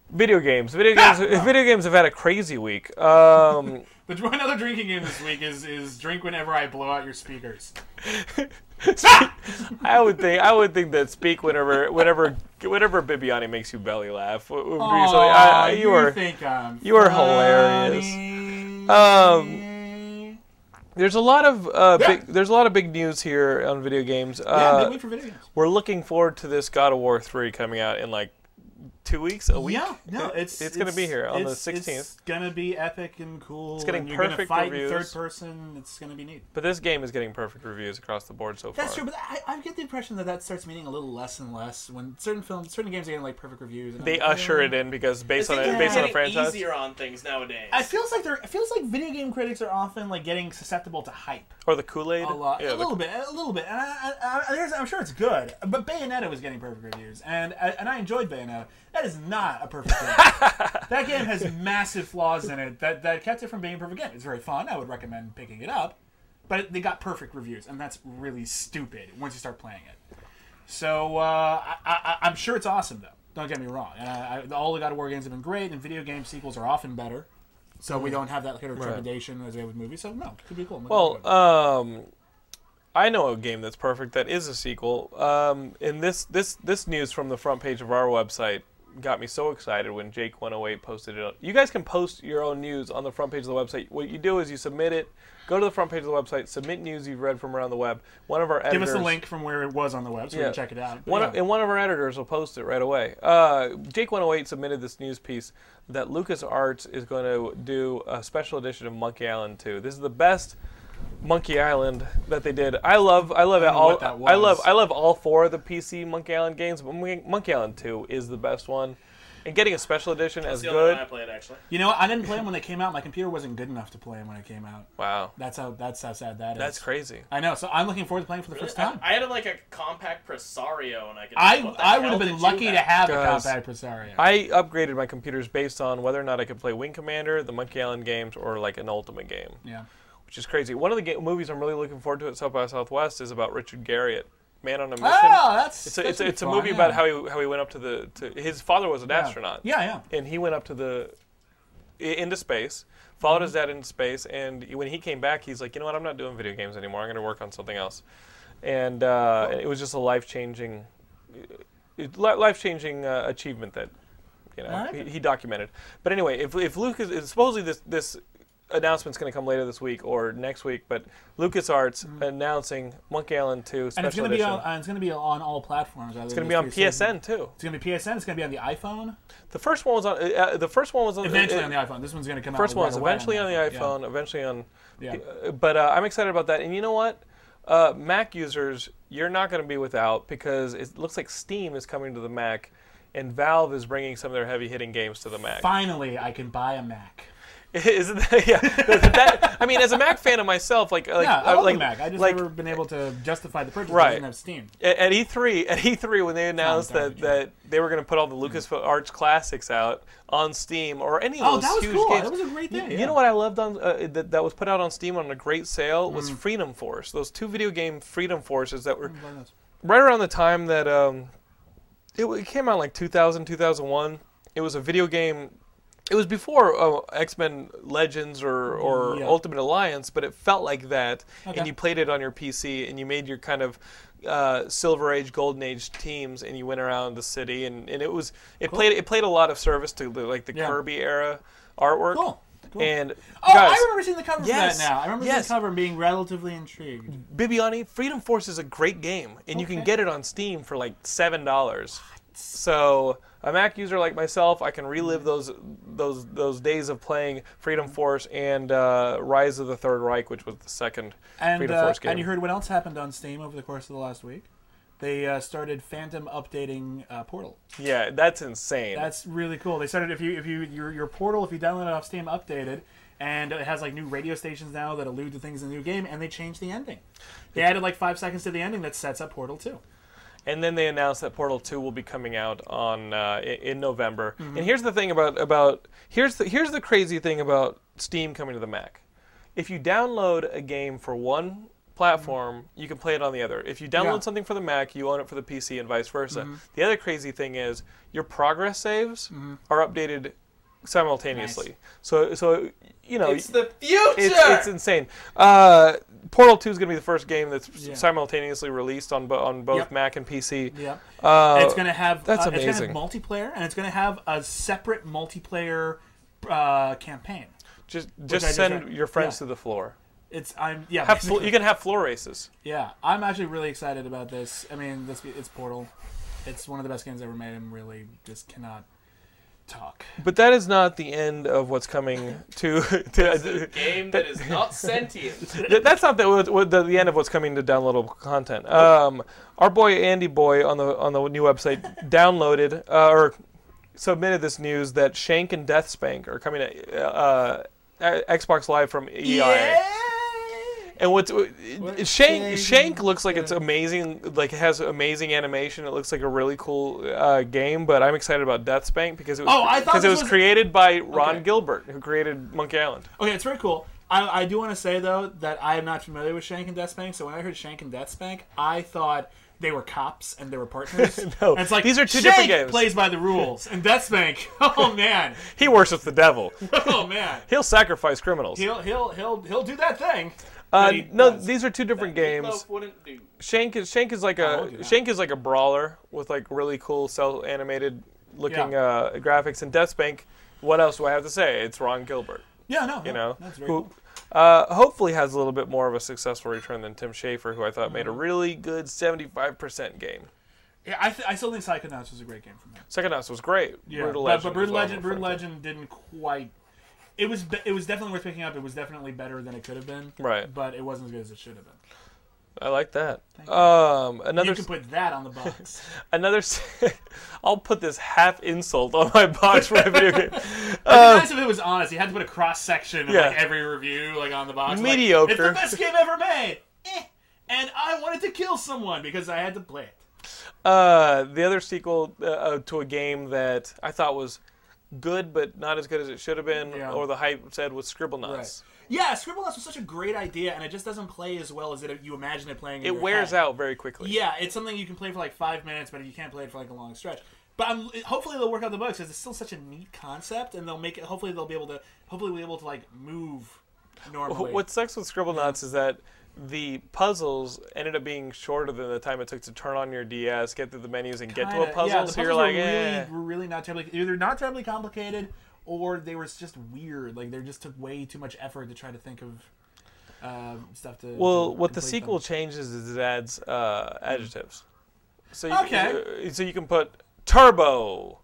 [SPEAKER 1] Video games. Video games. Video games have had a crazy week. Um,
[SPEAKER 2] The one other drinking game this week is is drink whenever I blow out your speakers.
[SPEAKER 1] I would think. I would think that speak whenever, whenever, whenever Bibiani makes you belly laugh. would- would be something- I- I-
[SPEAKER 2] Aw,
[SPEAKER 1] you are.
[SPEAKER 2] think um, I'm
[SPEAKER 1] you are hilarious.
[SPEAKER 2] funny.
[SPEAKER 1] Um, There's a lot of uh, big. There's a lot of big news here on video games.
[SPEAKER 2] yeah, big
[SPEAKER 1] Uh,
[SPEAKER 2] week for video games.
[SPEAKER 1] we're looking forward to this God of War three coming out in like two weeks, a week.
[SPEAKER 2] Yeah, no, it's
[SPEAKER 1] it's gonna be here on the
[SPEAKER 2] it's-
[SPEAKER 1] 16th.
[SPEAKER 2] It's gonna be epic and cool. It's
[SPEAKER 1] getting
[SPEAKER 2] and You're
[SPEAKER 1] perfect
[SPEAKER 2] gonna fight in
[SPEAKER 1] reviews.
[SPEAKER 2] third person. It's gonna be neat.
[SPEAKER 1] But this game is getting perfect reviews across the board so
[SPEAKER 2] That's
[SPEAKER 1] far.
[SPEAKER 2] true, but I, I get the impression that that starts meaning a little less and less when certain films, certain games are getting like perfect reviews. And
[SPEAKER 1] They
[SPEAKER 2] I'm like,
[SPEAKER 1] usher
[SPEAKER 2] "Oh."
[SPEAKER 1] it in because based on
[SPEAKER 3] Things
[SPEAKER 1] a,
[SPEAKER 3] are
[SPEAKER 1] based on a
[SPEAKER 3] getting
[SPEAKER 1] franchise.
[SPEAKER 3] easier on things nowadays.
[SPEAKER 2] It feels like they're. It feels like video game critics are often like getting susceptible to hype
[SPEAKER 1] Or the Kool Aid?
[SPEAKER 2] a lot,
[SPEAKER 1] Yeah,
[SPEAKER 2] a
[SPEAKER 1] the-
[SPEAKER 2] little bit, a little bit. And I, I, I, there's, I'm sure it's good, but Bayonetta was getting perfect reviews, and I, and I enjoyed Bayonetta. That is not a perfect game. that game has massive flaws in it that that kept it from being a perfect game. It's very fun. I would recommend picking it up, but it, they got perfect reviews, and that's really stupid once you start playing it. So uh, I, I, I'm sure it's awesome, though. Don't get me wrong. And I, I, all the God of War games have been great, and video game sequels are often better. So we don't have that kind of trepidation as we have with movies. So no, it could be cool.
[SPEAKER 1] Hmm. Well, um, I know a game that's perfect that is a sequel. Um, and this this this news from the front page of our website got me so excited when Jake 108 posted it. up. You guys can post your own news on the front page of the website. What you do is you submit it. Go to the front page of the website. Submit news you've read from around the web. One of our
[SPEAKER 2] Give
[SPEAKER 1] editors
[SPEAKER 2] us a link from where it was on the web so we can check it out.
[SPEAKER 1] One
[SPEAKER 2] Yeah.
[SPEAKER 1] of, and one of our editors will post it right away. Uh, Jake 108 submitted this news piece that LucasArts is going to do a special edition of Monkey Island 2. This is the best Monkey Island that they did. I love I love
[SPEAKER 2] don't know
[SPEAKER 1] all
[SPEAKER 2] what that
[SPEAKER 1] I
[SPEAKER 2] was.
[SPEAKER 1] love I love all four of the PC Monkey Island games, but Mon- Monkey Island 2 is the best one. And getting a special edition as
[SPEAKER 3] It's the only
[SPEAKER 1] good.
[SPEAKER 3] one I played actually.
[SPEAKER 2] you know what? I didn't play them when they came out. My computer wasn't good enough to play them when it came out.
[SPEAKER 1] Wow.
[SPEAKER 2] That's how. That's how sad that is.
[SPEAKER 1] That's crazy.
[SPEAKER 2] I know. So I'm looking forward to playing for the first time.
[SPEAKER 3] I, I had like a compact presario, and I could.
[SPEAKER 2] I
[SPEAKER 3] what the
[SPEAKER 2] I would
[SPEAKER 3] hell
[SPEAKER 2] have
[SPEAKER 3] did
[SPEAKER 2] been
[SPEAKER 3] you
[SPEAKER 2] lucky to have a
[SPEAKER 1] Guys,
[SPEAKER 2] compact Presario.
[SPEAKER 1] I upgraded my computers based on whether or not I could play Wing Commander, the Monkey Island games, or like an Ultimate game.
[SPEAKER 2] yeah.
[SPEAKER 1] which is crazy. One of the ga- movies I'm really looking forward to at South by Southwest is about Richard Garriott, Man on a Mission.
[SPEAKER 2] Oh, that's
[SPEAKER 1] it's a,
[SPEAKER 2] that
[SPEAKER 1] it's,
[SPEAKER 2] should
[SPEAKER 1] a,
[SPEAKER 2] be
[SPEAKER 1] it's a
[SPEAKER 2] fun,
[SPEAKER 1] movie
[SPEAKER 2] yeah.
[SPEAKER 1] about how he how he went up to the to his father was an
[SPEAKER 2] Yeah.
[SPEAKER 1] astronaut.
[SPEAKER 2] Yeah, yeah.
[SPEAKER 1] and he went up to the i- into space, followed his
[SPEAKER 2] Mm-hmm.
[SPEAKER 1] dad into space, and when he came back, he's like, you know what, I'm not doing video games anymore. I'm going to work on something else, and uh, it was just a uh, life changing, life changing uh, achievement that you know
[SPEAKER 2] Alright.
[SPEAKER 1] he, he documented. But anyway, if if Lucas is supposedly this this announcement's going to come later this week or next week, but LucasArts announcing Monkey Island 2 special
[SPEAKER 2] Mm-hmm. And it's gonna be
[SPEAKER 1] edition.
[SPEAKER 2] on. and it's gonna be on all platforms. It's
[SPEAKER 1] it's going to be on PSN too.
[SPEAKER 2] It's gonna be PSN. It's gonna be on the iPhone.
[SPEAKER 1] The first one was on uh, uh, the first one was on
[SPEAKER 2] Eventually
[SPEAKER 1] uh,
[SPEAKER 2] on the iPhone. This one's gonna come
[SPEAKER 1] first
[SPEAKER 2] out. right
[SPEAKER 1] one's
[SPEAKER 2] away
[SPEAKER 1] eventually on the
[SPEAKER 2] Yeah.
[SPEAKER 1] iPhone, eventually on.
[SPEAKER 2] Yeah.
[SPEAKER 1] uh, But uh, I'm excited about that. And you know what? Uh, Mac users, you're not going to be without because it looks like Steam is coming to the Mac, and Valve is bringing some of their heavy hitting games to the Mac.
[SPEAKER 2] Finally, I can buy a Mac.
[SPEAKER 1] Is it, yeah, that, I mean, as a Mac fan of myself, like like uh,
[SPEAKER 2] yeah, I love
[SPEAKER 1] like
[SPEAKER 2] the Mac. I just
[SPEAKER 1] like
[SPEAKER 2] never been able to justify the purchase.
[SPEAKER 1] Right.
[SPEAKER 2] I didn't have Steam.
[SPEAKER 1] at at E3 at E3 when they announced that,
[SPEAKER 2] garbage,
[SPEAKER 1] that they were going to put
[SPEAKER 2] Hmm.
[SPEAKER 1] all the Lucasfilm Arts classics out on Steam or any of
[SPEAKER 2] Oh,
[SPEAKER 1] those
[SPEAKER 2] that was
[SPEAKER 1] huge
[SPEAKER 2] cool.
[SPEAKER 1] games.
[SPEAKER 2] That was a great
[SPEAKER 1] You-
[SPEAKER 2] day,
[SPEAKER 1] You,
[SPEAKER 2] yeah.
[SPEAKER 1] know what I loved on uh, that, that was put out on Steam on a great sale
[SPEAKER 2] Hmm.
[SPEAKER 1] was Freedom Force. Those two video game Freedom Forces that
[SPEAKER 2] Oh
[SPEAKER 1] were right around the time that um, it, w- it came out like 2000 2001. It was a video game. It was before uh, X Men Legends or, or
[SPEAKER 2] Mm, Yeah.
[SPEAKER 1] Ultimate Alliance, but it felt like that.
[SPEAKER 2] Okay.
[SPEAKER 1] And you played it on your PC, and you made your kind of uh, Silver Age, Golden Age teams, and you went around the city, and, and it was it played it played a lot of service to the, like the
[SPEAKER 2] Yeah.
[SPEAKER 1] Kirby era artwork.
[SPEAKER 2] Cool. Cool.
[SPEAKER 1] And
[SPEAKER 2] Oh,
[SPEAKER 1] guys,
[SPEAKER 2] I remember seeing the cover
[SPEAKER 1] Yes.
[SPEAKER 2] for that now. I remember
[SPEAKER 1] Yes.
[SPEAKER 2] seeing the cover and being relatively intrigued.
[SPEAKER 1] Bibiani, Freedom Force is a great game, and you can
[SPEAKER 2] Okay.
[SPEAKER 1] get it on Steam for like seven dollars. So a Mac user like myself, I can relive those those those days of playing
[SPEAKER 2] Mm-hmm.
[SPEAKER 1] Freedom Force and uh, Rise of the Third Reich, which was the second
[SPEAKER 2] And,
[SPEAKER 1] Freedom
[SPEAKER 2] uh,
[SPEAKER 1] Force game.
[SPEAKER 2] and you heard what else happened on Steam over the course of the last week? They uh, started Phantom updating uh, Portal.
[SPEAKER 1] yeah, that's insane.
[SPEAKER 2] That's really cool. They started if you if you your your portal if you download it off Steam updated, and it has like new radio stations now that allude to things in the new game, and they changed the ending. They added like five seconds to the ending that sets up Portal Two.
[SPEAKER 1] and then they announced that Portal 2 will be coming out on uh, i- in November.
[SPEAKER 3] Mm-hmm.
[SPEAKER 1] And here's the thing about about here's the here's the crazy thing about Steam coming to the Mac. If you download a game for one platform,
[SPEAKER 3] Mm-hmm.
[SPEAKER 1] you can play it on the other. If you download
[SPEAKER 2] Yeah.
[SPEAKER 1] something for the Mac, you own it for the PC and vice versa.
[SPEAKER 3] Mm-hmm.
[SPEAKER 1] The other crazy thing is your progress saves are updated simultaneously. So so you know
[SPEAKER 3] It's the future.
[SPEAKER 1] it's, it's insane. Uh, Portal Two is going to be the first game that's simultaneously released on bo- on both
[SPEAKER 2] Yep.
[SPEAKER 1] Mac and PC.
[SPEAKER 2] Yeah,
[SPEAKER 1] Uh,
[SPEAKER 2] And it's gonna have
[SPEAKER 1] that's
[SPEAKER 2] uh, It's
[SPEAKER 1] amazing.
[SPEAKER 2] gonna have multiplayer, and it's gonna have a separate multiplayer uh, campaign.
[SPEAKER 1] just
[SPEAKER 2] I
[SPEAKER 1] just
[SPEAKER 2] just
[SPEAKER 1] send
[SPEAKER 2] read.
[SPEAKER 1] your friends
[SPEAKER 2] Yeah.
[SPEAKER 1] to the floor.
[SPEAKER 2] It's I'm yeah
[SPEAKER 1] Have flo-
[SPEAKER 2] basically.
[SPEAKER 1] you can have floor races.
[SPEAKER 2] yeah I'm actually really excited about this. I mean this it's Portal. It's one of the best games ever made. and really just cannot talk.
[SPEAKER 1] But that is not the end of what's coming to. to
[SPEAKER 3] game that is not sentient.
[SPEAKER 1] Th- that's not the, what- what the, the end of what's coming to downloadable content. Um, our boy Andy Boy on the on the new website downloaded uh, or submitted this news that Shank and Deathspank are coming to uh, uh, Xbox Live from EI. And what's Shank?
[SPEAKER 2] Shank-
[SPEAKER 1] Shank looks like it's amazing. Like it has amazing animation. It looks like a really cool uh, game. But I'm excited about Deathspank because it was
[SPEAKER 2] Oh, I thought
[SPEAKER 1] because it
[SPEAKER 2] this
[SPEAKER 1] was
[SPEAKER 2] was-
[SPEAKER 1] created by Ron
[SPEAKER 2] Okay.
[SPEAKER 1] Gilbert, who created Monkey Island.
[SPEAKER 2] Okay, it's very cool. I, I do want to say though that I am not familiar with Shank and Deathspank, so when I heard Shank and Deathspank, I thought they were cops and they were partners.
[SPEAKER 1] No,
[SPEAKER 2] And it's like
[SPEAKER 1] these are two
[SPEAKER 2] Shank
[SPEAKER 1] different games.
[SPEAKER 2] Plays by the rules, and Deathspank. Oh man,
[SPEAKER 1] He worships the devil.
[SPEAKER 2] oh man,
[SPEAKER 1] He'll sacrifice criminals.
[SPEAKER 2] he'll he'll he'll he'll do that thing.
[SPEAKER 1] Uh,
[SPEAKER 2] that he
[SPEAKER 1] no,
[SPEAKER 2] does.
[SPEAKER 1] these are two different games.
[SPEAKER 3] Meatloaf wouldn't do.
[SPEAKER 1] Shank is Shank is like
[SPEAKER 2] won't do
[SPEAKER 1] a
[SPEAKER 2] that.
[SPEAKER 1] Shank is like a brawler with like really cool cell animated looking
[SPEAKER 2] Yeah.
[SPEAKER 1] uh, graphics. And Deathspank, what else do I have to say? It's Ron Gilbert.
[SPEAKER 2] yeah, no,
[SPEAKER 1] you know,
[SPEAKER 2] that's very
[SPEAKER 1] who
[SPEAKER 2] cool.
[SPEAKER 1] uh, hopefully has a little bit more of a successful return than Tim Schafer, who I thought made a
[SPEAKER 2] Mm-hmm.
[SPEAKER 1] really good 75% game.
[SPEAKER 2] Yeah, I, th- I still think Psychonauts was a great game for me.
[SPEAKER 1] Second House was great.
[SPEAKER 2] Yeah,
[SPEAKER 1] Brutal
[SPEAKER 2] but,
[SPEAKER 1] Legend
[SPEAKER 2] but
[SPEAKER 1] was
[SPEAKER 2] Brutal
[SPEAKER 1] what I'm
[SPEAKER 2] Legend, Brutal
[SPEAKER 1] referring to.
[SPEAKER 2] Legend didn't quite. It was be- it was definitely worth picking up. It was definitely better than it could have been.
[SPEAKER 1] Right.
[SPEAKER 2] But it wasn't as good as it should have been.
[SPEAKER 1] I like that. Um, another
[SPEAKER 2] You can put that on the box.
[SPEAKER 1] another. s- I'll put this half insult on my box for my video game.
[SPEAKER 2] It'd be nice if it was honest. You had to put a cross section of
[SPEAKER 1] Uh, Yeah.
[SPEAKER 2] like every review like on the box. like,
[SPEAKER 1] Mediocre.
[SPEAKER 2] it's the best game ever made. Eh. And I wanted to kill someone because I had to play it.
[SPEAKER 1] Uh, the other sequel uh, uh, to a game that I thought was good, but not as good as it should have been,
[SPEAKER 2] Yeah.
[SPEAKER 1] or the hype said was Scribblenauts.
[SPEAKER 2] Yeah, Scribblenauts was such a great idea, and it just doesn't play as well as it, you imagine it playing. in
[SPEAKER 1] It
[SPEAKER 2] your
[SPEAKER 1] wears
[SPEAKER 2] head.
[SPEAKER 1] out very quickly.
[SPEAKER 2] Yeah, it's something you can play for like five minutes, but you can't play it for like a long stretch. But I'm, hopefully they'll work out the bugs because it's still such a neat concept, and they'll make it. Hopefully they'll be able to. Hopefully we'll be able to like move normally.
[SPEAKER 1] What sucks with Scribblenauts is that the puzzles ended up being shorter than the time it took to turn on your DS, get through the menus, and get to a
[SPEAKER 2] Kinda,
[SPEAKER 1] puzzle.
[SPEAKER 2] Yeah, the
[SPEAKER 1] so you're
[SPEAKER 2] puzzles were
[SPEAKER 1] like,
[SPEAKER 2] really,
[SPEAKER 1] eh.
[SPEAKER 2] were really not terribly either not terribly complicated, or they were just weird. Like they just took way too much effort to try to think of um, stuff to.
[SPEAKER 1] Well,
[SPEAKER 2] to
[SPEAKER 1] what the
[SPEAKER 2] complete
[SPEAKER 1] sequel
[SPEAKER 2] them.
[SPEAKER 1] changes is it adds uh, adjectives. So you,
[SPEAKER 2] Okay.
[SPEAKER 1] uh, so you can put turbo,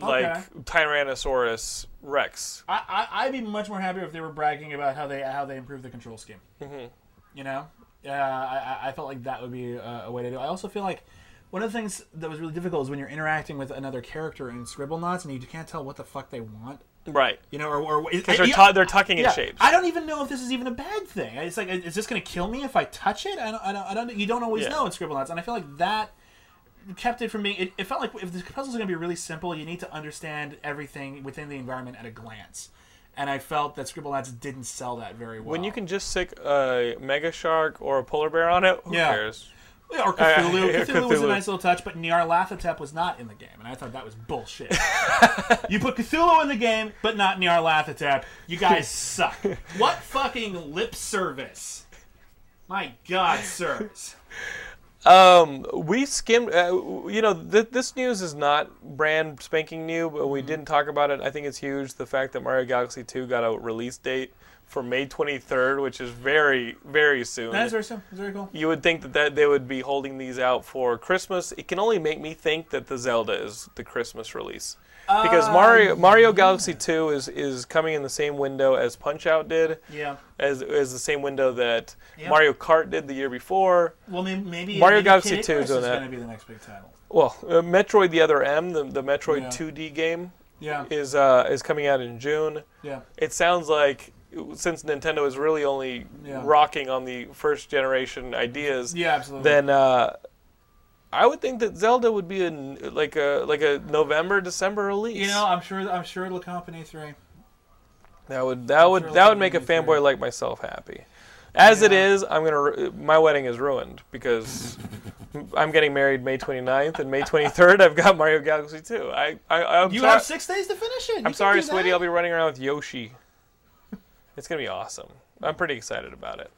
[SPEAKER 1] like
[SPEAKER 2] Okay.
[SPEAKER 1] Tyrannosaurus Rex.
[SPEAKER 2] I, I I'd be much more happier if they were bragging about how they how they improved the control scheme. Mm-hmm. You know, uh, I I- I felt like that would be a, a way to do. it. I also feel like. One of the things that was really difficult is when you're interacting with another character in Scribblenauts and you can't tell what the fuck they want
[SPEAKER 1] Right.
[SPEAKER 2] You know, or, or it,
[SPEAKER 1] Because they're, tu- they're tucking in shapes.
[SPEAKER 2] I don't even know if this is even a bad thing. It's like, is this going to kill me if I touch it? I don't, I don't, I don't. You don't always
[SPEAKER 1] Yeah.
[SPEAKER 2] know in Scribble and I feel like that kept it from being. It, it felt like if the puzzles are going to be really simple, you need to understand everything within the environment at a glance. And I felt that Scribble didn't sell that very well.
[SPEAKER 1] when you can just stick a mega shark or a polar bear on it, who
[SPEAKER 2] Yeah.
[SPEAKER 1] cares?
[SPEAKER 2] Yeah, or Cthulhu.
[SPEAKER 1] yeah,
[SPEAKER 2] Cthulhu, was a
[SPEAKER 1] Cthulhu.
[SPEAKER 2] nice little touch, but Nyarlathotep was not in the game, and I thought that was bullshit. you put Cthulhu in the game, but not Nyarlathotep. You guys suck. What fucking lip service? My God, sirs.
[SPEAKER 1] We skimmed, uh, you know, th- this news is not brand spanking new, but we didn't talk about it. I think it's huge the fact that Mario Galaxy 2 got a release date for May 23rd, which is very, very soon.
[SPEAKER 2] That's very simple. That's very cool.
[SPEAKER 1] you would think that, that they would be holding these out for Christmas. It can only make me think that the Zelda is the Christmas release. Because Mario Mario Galaxy 2 is, is coming in the same window as Punch Out did.
[SPEAKER 2] Yeah.
[SPEAKER 1] As, as the same window that Mario Kart did the year before.
[SPEAKER 2] Well, may- maybe
[SPEAKER 1] Mario
[SPEAKER 2] maybe
[SPEAKER 1] Galaxy
[SPEAKER 2] Kid
[SPEAKER 1] 2 is
[SPEAKER 2] Icarus
[SPEAKER 1] doing that.
[SPEAKER 2] gonna be the next big title.
[SPEAKER 1] Well, uh, Metroid the Other M, the, the Metroid
[SPEAKER 2] Yeah.
[SPEAKER 1] 2D game,
[SPEAKER 2] Yeah.
[SPEAKER 1] is uh, is coming out in June.
[SPEAKER 2] yeah.
[SPEAKER 1] It sounds like since Nintendo is really only
[SPEAKER 2] Yeah.
[SPEAKER 1] rocking on the first generation ideas,
[SPEAKER 2] Yeah, absolutely.
[SPEAKER 1] then uh, I would think that Zelda would be in like a like a November December release.
[SPEAKER 2] You know, I'm sure. I'm sure it'll accompany E three.
[SPEAKER 1] that would that would
[SPEAKER 2] sure
[SPEAKER 1] that would
[SPEAKER 2] it'll
[SPEAKER 1] make a
[SPEAKER 2] be fair.
[SPEAKER 1] fanboy like myself happy. As it is, I'm gonna ru- my wedding is ruined because I'm getting married May 29th and May 23rd I've got Mario Galaxy 2. I I I'm
[SPEAKER 2] You
[SPEAKER 1] sorry,
[SPEAKER 2] have six days to finish it. You
[SPEAKER 1] I'm
[SPEAKER 2] can
[SPEAKER 1] sorry,
[SPEAKER 2] do that.
[SPEAKER 1] sweetie. I'll be running around with Yoshi. It's gonna be awesome. I'm pretty excited about it.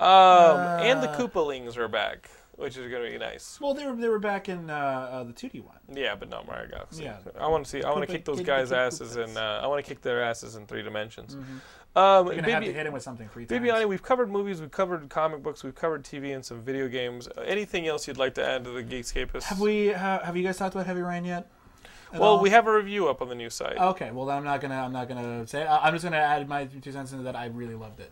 [SPEAKER 1] Um, and
[SPEAKER 2] Uh.
[SPEAKER 1] the Koopalings are back, which is gonna be nice.
[SPEAKER 2] Well, they were they were back in uh, uh, the 2D one.
[SPEAKER 1] Yeah, but not Mario Galaxy.
[SPEAKER 2] Yeah.
[SPEAKER 1] I want to see. I want to
[SPEAKER 2] Koopa-
[SPEAKER 1] kick those
[SPEAKER 2] kid-
[SPEAKER 1] guys'
[SPEAKER 2] kid
[SPEAKER 1] asses
[SPEAKER 2] Koopas.
[SPEAKER 1] in. Uh, I want to kick their asses in three dimensions. Um,
[SPEAKER 2] You're Mm-hmm. gonna have
[SPEAKER 1] Bibi-
[SPEAKER 2] to hit him with something free time.
[SPEAKER 1] Bibiani, we've covered movies, we've covered comic books, we've covered TV and some video games. Uh, Anything else you'd like to add to the Geekscapists?
[SPEAKER 2] Have we? ha have you guys talked about Heavy Rain yet? At
[SPEAKER 1] well,
[SPEAKER 2] all?
[SPEAKER 1] we have a review up on the new site.
[SPEAKER 2] Okay, well then I'm not gonna I'm not gonna say. I- I'm just gonna add my two cents into that. I really loved it.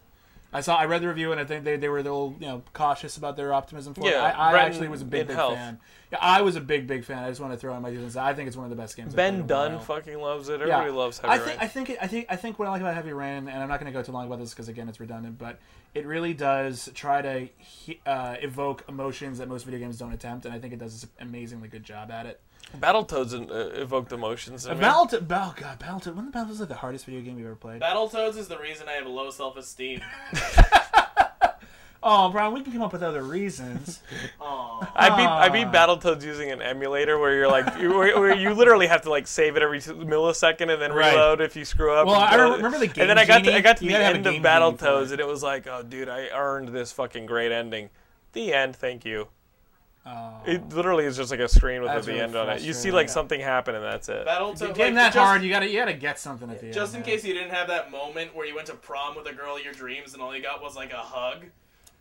[SPEAKER 2] I saw I read the review and I think they, they were a little you know cautious about their optimism for it.
[SPEAKER 1] Yeah,
[SPEAKER 2] I, I
[SPEAKER 1] Brenton
[SPEAKER 2] actually was a big
[SPEAKER 1] in
[SPEAKER 2] big
[SPEAKER 1] health.
[SPEAKER 2] fan. Yeah, I was a big big fan. I just want to throw in my two cents. I think it's one of the best games. I've played in
[SPEAKER 1] ben
[SPEAKER 2] a
[SPEAKER 1] Dunn
[SPEAKER 2] while.
[SPEAKER 1] fucking loves it.
[SPEAKER 2] Yeah.
[SPEAKER 1] Everybody loves Heavy
[SPEAKER 2] I think,
[SPEAKER 1] Rain.
[SPEAKER 2] I think it, I think I think what I like about Heavy Rain, and I'm not going to go too long about this because again it's redundant, but it really does try to he- uh, evoke emotions that most video games don't attempt, and I think it does an amazingly good job at it.
[SPEAKER 1] Battletoads in- uh, evoked emotions. in me.
[SPEAKER 2] Battletoads, oh god, Battletoads, wasn't Battletoads like the hardest video game you've ever played?
[SPEAKER 3] Battletoads is the reason I have low self esteem.
[SPEAKER 2] Oh, Brian, we can come up with other reasons.
[SPEAKER 1] I beat I beat
[SPEAKER 2] Ah.
[SPEAKER 1] Battletoads using an emulator where you're like you, where, where you literally have to like save it every s- millisecond and then
[SPEAKER 2] Right.
[SPEAKER 1] reload if you screw up.
[SPEAKER 2] Well,
[SPEAKER 1] and
[SPEAKER 2] I
[SPEAKER 1] build it.
[SPEAKER 2] remember the
[SPEAKER 1] And then
[SPEAKER 2] Game
[SPEAKER 1] I got to, I
[SPEAKER 2] Genie.
[SPEAKER 1] got to
[SPEAKER 2] You
[SPEAKER 1] the
[SPEAKER 2] gotta have a
[SPEAKER 1] end of
[SPEAKER 2] Game Genie for
[SPEAKER 1] Battletoads
[SPEAKER 2] it.
[SPEAKER 1] and it was like, oh dude, I earned this fucking great ending. The end, thank you. It literally is just like a screen with
[SPEAKER 2] Oh. That's
[SPEAKER 1] the
[SPEAKER 2] really
[SPEAKER 1] end on it. You see
[SPEAKER 2] frustrating.
[SPEAKER 1] like something happen and that's it.
[SPEAKER 3] Battletoads.
[SPEAKER 2] game
[SPEAKER 3] like,
[SPEAKER 2] that
[SPEAKER 3] just,
[SPEAKER 2] hard, you gotta you gotta get something at the end.
[SPEAKER 3] Just in
[SPEAKER 2] man.
[SPEAKER 3] case you didn't have that moment where you went to prom with a girl of your dreams and all you got was like a hug.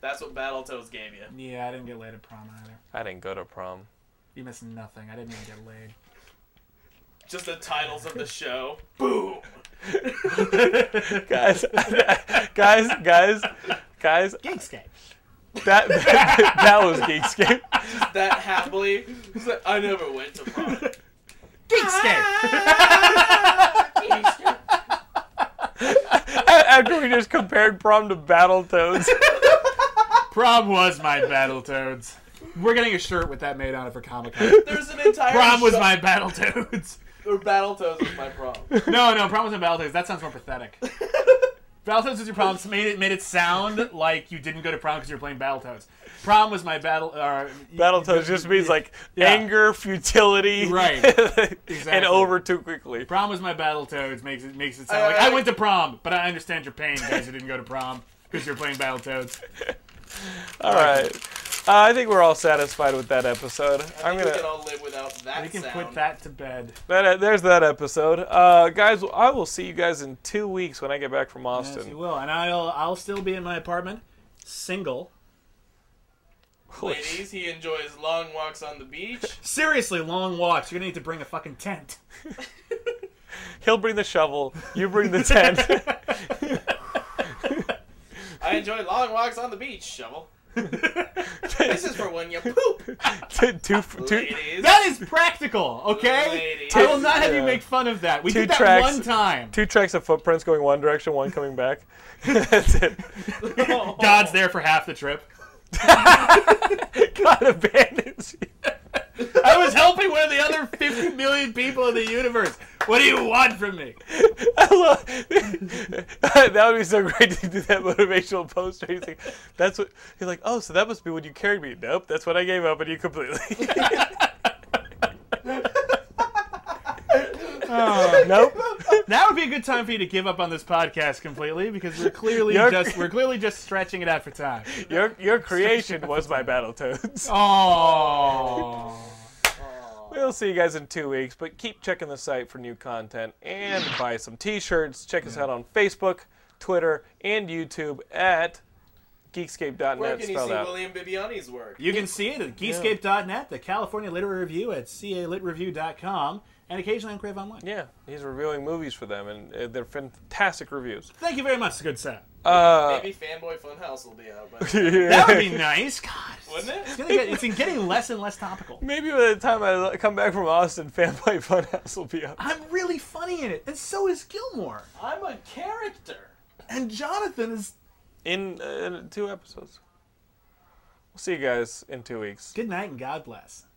[SPEAKER 3] That's what Battletoads gave you.
[SPEAKER 2] Yeah, I didn't get laid at prom either.
[SPEAKER 1] I didn't go to prom.
[SPEAKER 2] You missed nothing. I didn't even get laid.
[SPEAKER 3] Just the titles of the show. Boom.
[SPEAKER 1] Guys, guys, guys, guys,
[SPEAKER 2] Geekscape.
[SPEAKER 1] that that, that was Geekscape.
[SPEAKER 3] That happily. It's like, I never went to prom.
[SPEAKER 2] Geekscape.
[SPEAKER 1] After we just compared prom to Battletoads.
[SPEAKER 2] Prom was my Battletoads. We're getting a shirt with that made on it for Comic Con.
[SPEAKER 3] There's an entire
[SPEAKER 2] Prom was
[SPEAKER 3] show-
[SPEAKER 2] my Battletoads.
[SPEAKER 3] or Battletoads was my prom.
[SPEAKER 2] No, no, prom was my Battletoads. That sounds more pathetic. Battletoads was your prom. So made it made it sound like you didn't go to prom because you were playing Battletoads. Prom was my battle. Uh,
[SPEAKER 1] Battletoads just means like
[SPEAKER 2] Yeah.
[SPEAKER 1] anger, futility,
[SPEAKER 2] Right.
[SPEAKER 1] and
[SPEAKER 2] Exactly.
[SPEAKER 1] over too quickly.
[SPEAKER 2] Prom was my Battletoads makes it makes it sound like
[SPEAKER 3] I-
[SPEAKER 2] I went to prom, but I understand your pain, guys. who didn't go to prom because you're playing Battletoads.
[SPEAKER 1] All right, uh, I think we're all satisfied with that episode. I'm
[SPEAKER 3] We can
[SPEAKER 1] gonna
[SPEAKER 3] all live without that
[SPEAKER 2] We can
[SPEAKER 3] sound.
[SPEAKER 2] put that to bed.
[SPEAKER 1] that, there's that episode, uh, guys. I will see you guys in two weeks when I get back from
[SPEAKER 2] Yes, you
[SPEAKER 1] Austin.
[SPEAKER 2] will, and I'll I'll still be in my apartment, single.
[SPEAKER 1] Holy sh-
[SPEAKER 3] Ladies, he enjoys long walks on the beach.
[SPEAKER 2] Seriously, long walks. You're gonna need to bring a fucking tent.
[SPEAKER 1] He'll bring the shovel. You bring the tent.
[SPEAKER 3] I enjoy long walks on the beach, Shovel. this is for when you poop.
[SPEAKER 1] two, two, two,
[SPEAKER 3] Ladies.
[SPEAKER 2] That is practical, okay?
[SPEAKER 3] Ladies.
[SPEAKER 2] I will not have you
[SPEAKER 1] Yeah.
[SPEAKER 2] make fun of that. We
[SPEAKER 1] Two
[SPEAKER 2] did that
[SPEAKER 1] tracks.
[SPEAKER 2] one time.
[SPEAKER 1] two tracks of footprints going one direction, one coming back. That's it.
[SPEAKER 2] Oh. God's there for half the trip.
[SPEAKER 1] God abandons you.
[SPEAKER 2] I was helping one of the other 50 million people in the universe. What do you want from me?
[SPEAKER 1] that would be so great to do that motivational poster. He's like, that's what you're like. Oh, so that must be when you carried me. Nope, that's when I gave up on you completely. nope.
[SPEAKER 2] Now would be a good time for you to give up on this podcast completely because we're clearly
[SPEAKER 1] You're-
[SPEAKER 2] just we're clearly just stretching it out for time.
[SPEAKER 1] Your your creation was my battle toads.
[SPEAKER 2] Oh.
[SPEAKER 1] We'll see you guys in two weeks, but keep checking the site for new content and buy some t-shirts. Check us out on Facebook, Twitter, and YouTube at
[SPEAKER 3] Where
[SPEAKER 1] geekscape.net
[SPEAKER 3] can you see
[SPEAKER 1] spelled out.
[SPEAKER 3] William Bibiani's work?
[SPEAKER 2] You can see it at geekscape.net, the California Literary Review at calitreview.com, and occasionally on Crave Online.
[SPEAKER 1] Yeah, he's reviewing movies for them, and uh, they're fantastic reviews.
[SPEAKER 2] Thank you very much, good Sam. Uh,
[SPEAKER 3] Maybe Fanboy Funhouse will be out, but wouldn't
[SPEAKER 2] That would be nice. God, it's,
[SPEAKER 3] it?
[SPEAKER 2] gonna get, it's getting less and less topical.
[SPEAKER 1] Maybe by the time I l- come back from Austin, Fanboy Funhouse will be up.
[SPEAKER 2] I'm really funny in it, and so is Gilmore.
[SPEAKER 3] I'm a character.
[SPEAKER 2] And Jonathan is.
[SPEAKER 1] In uh, two episodes. We'll see you guys in two weeks.
[SPEAKER 2] Good night and God bless.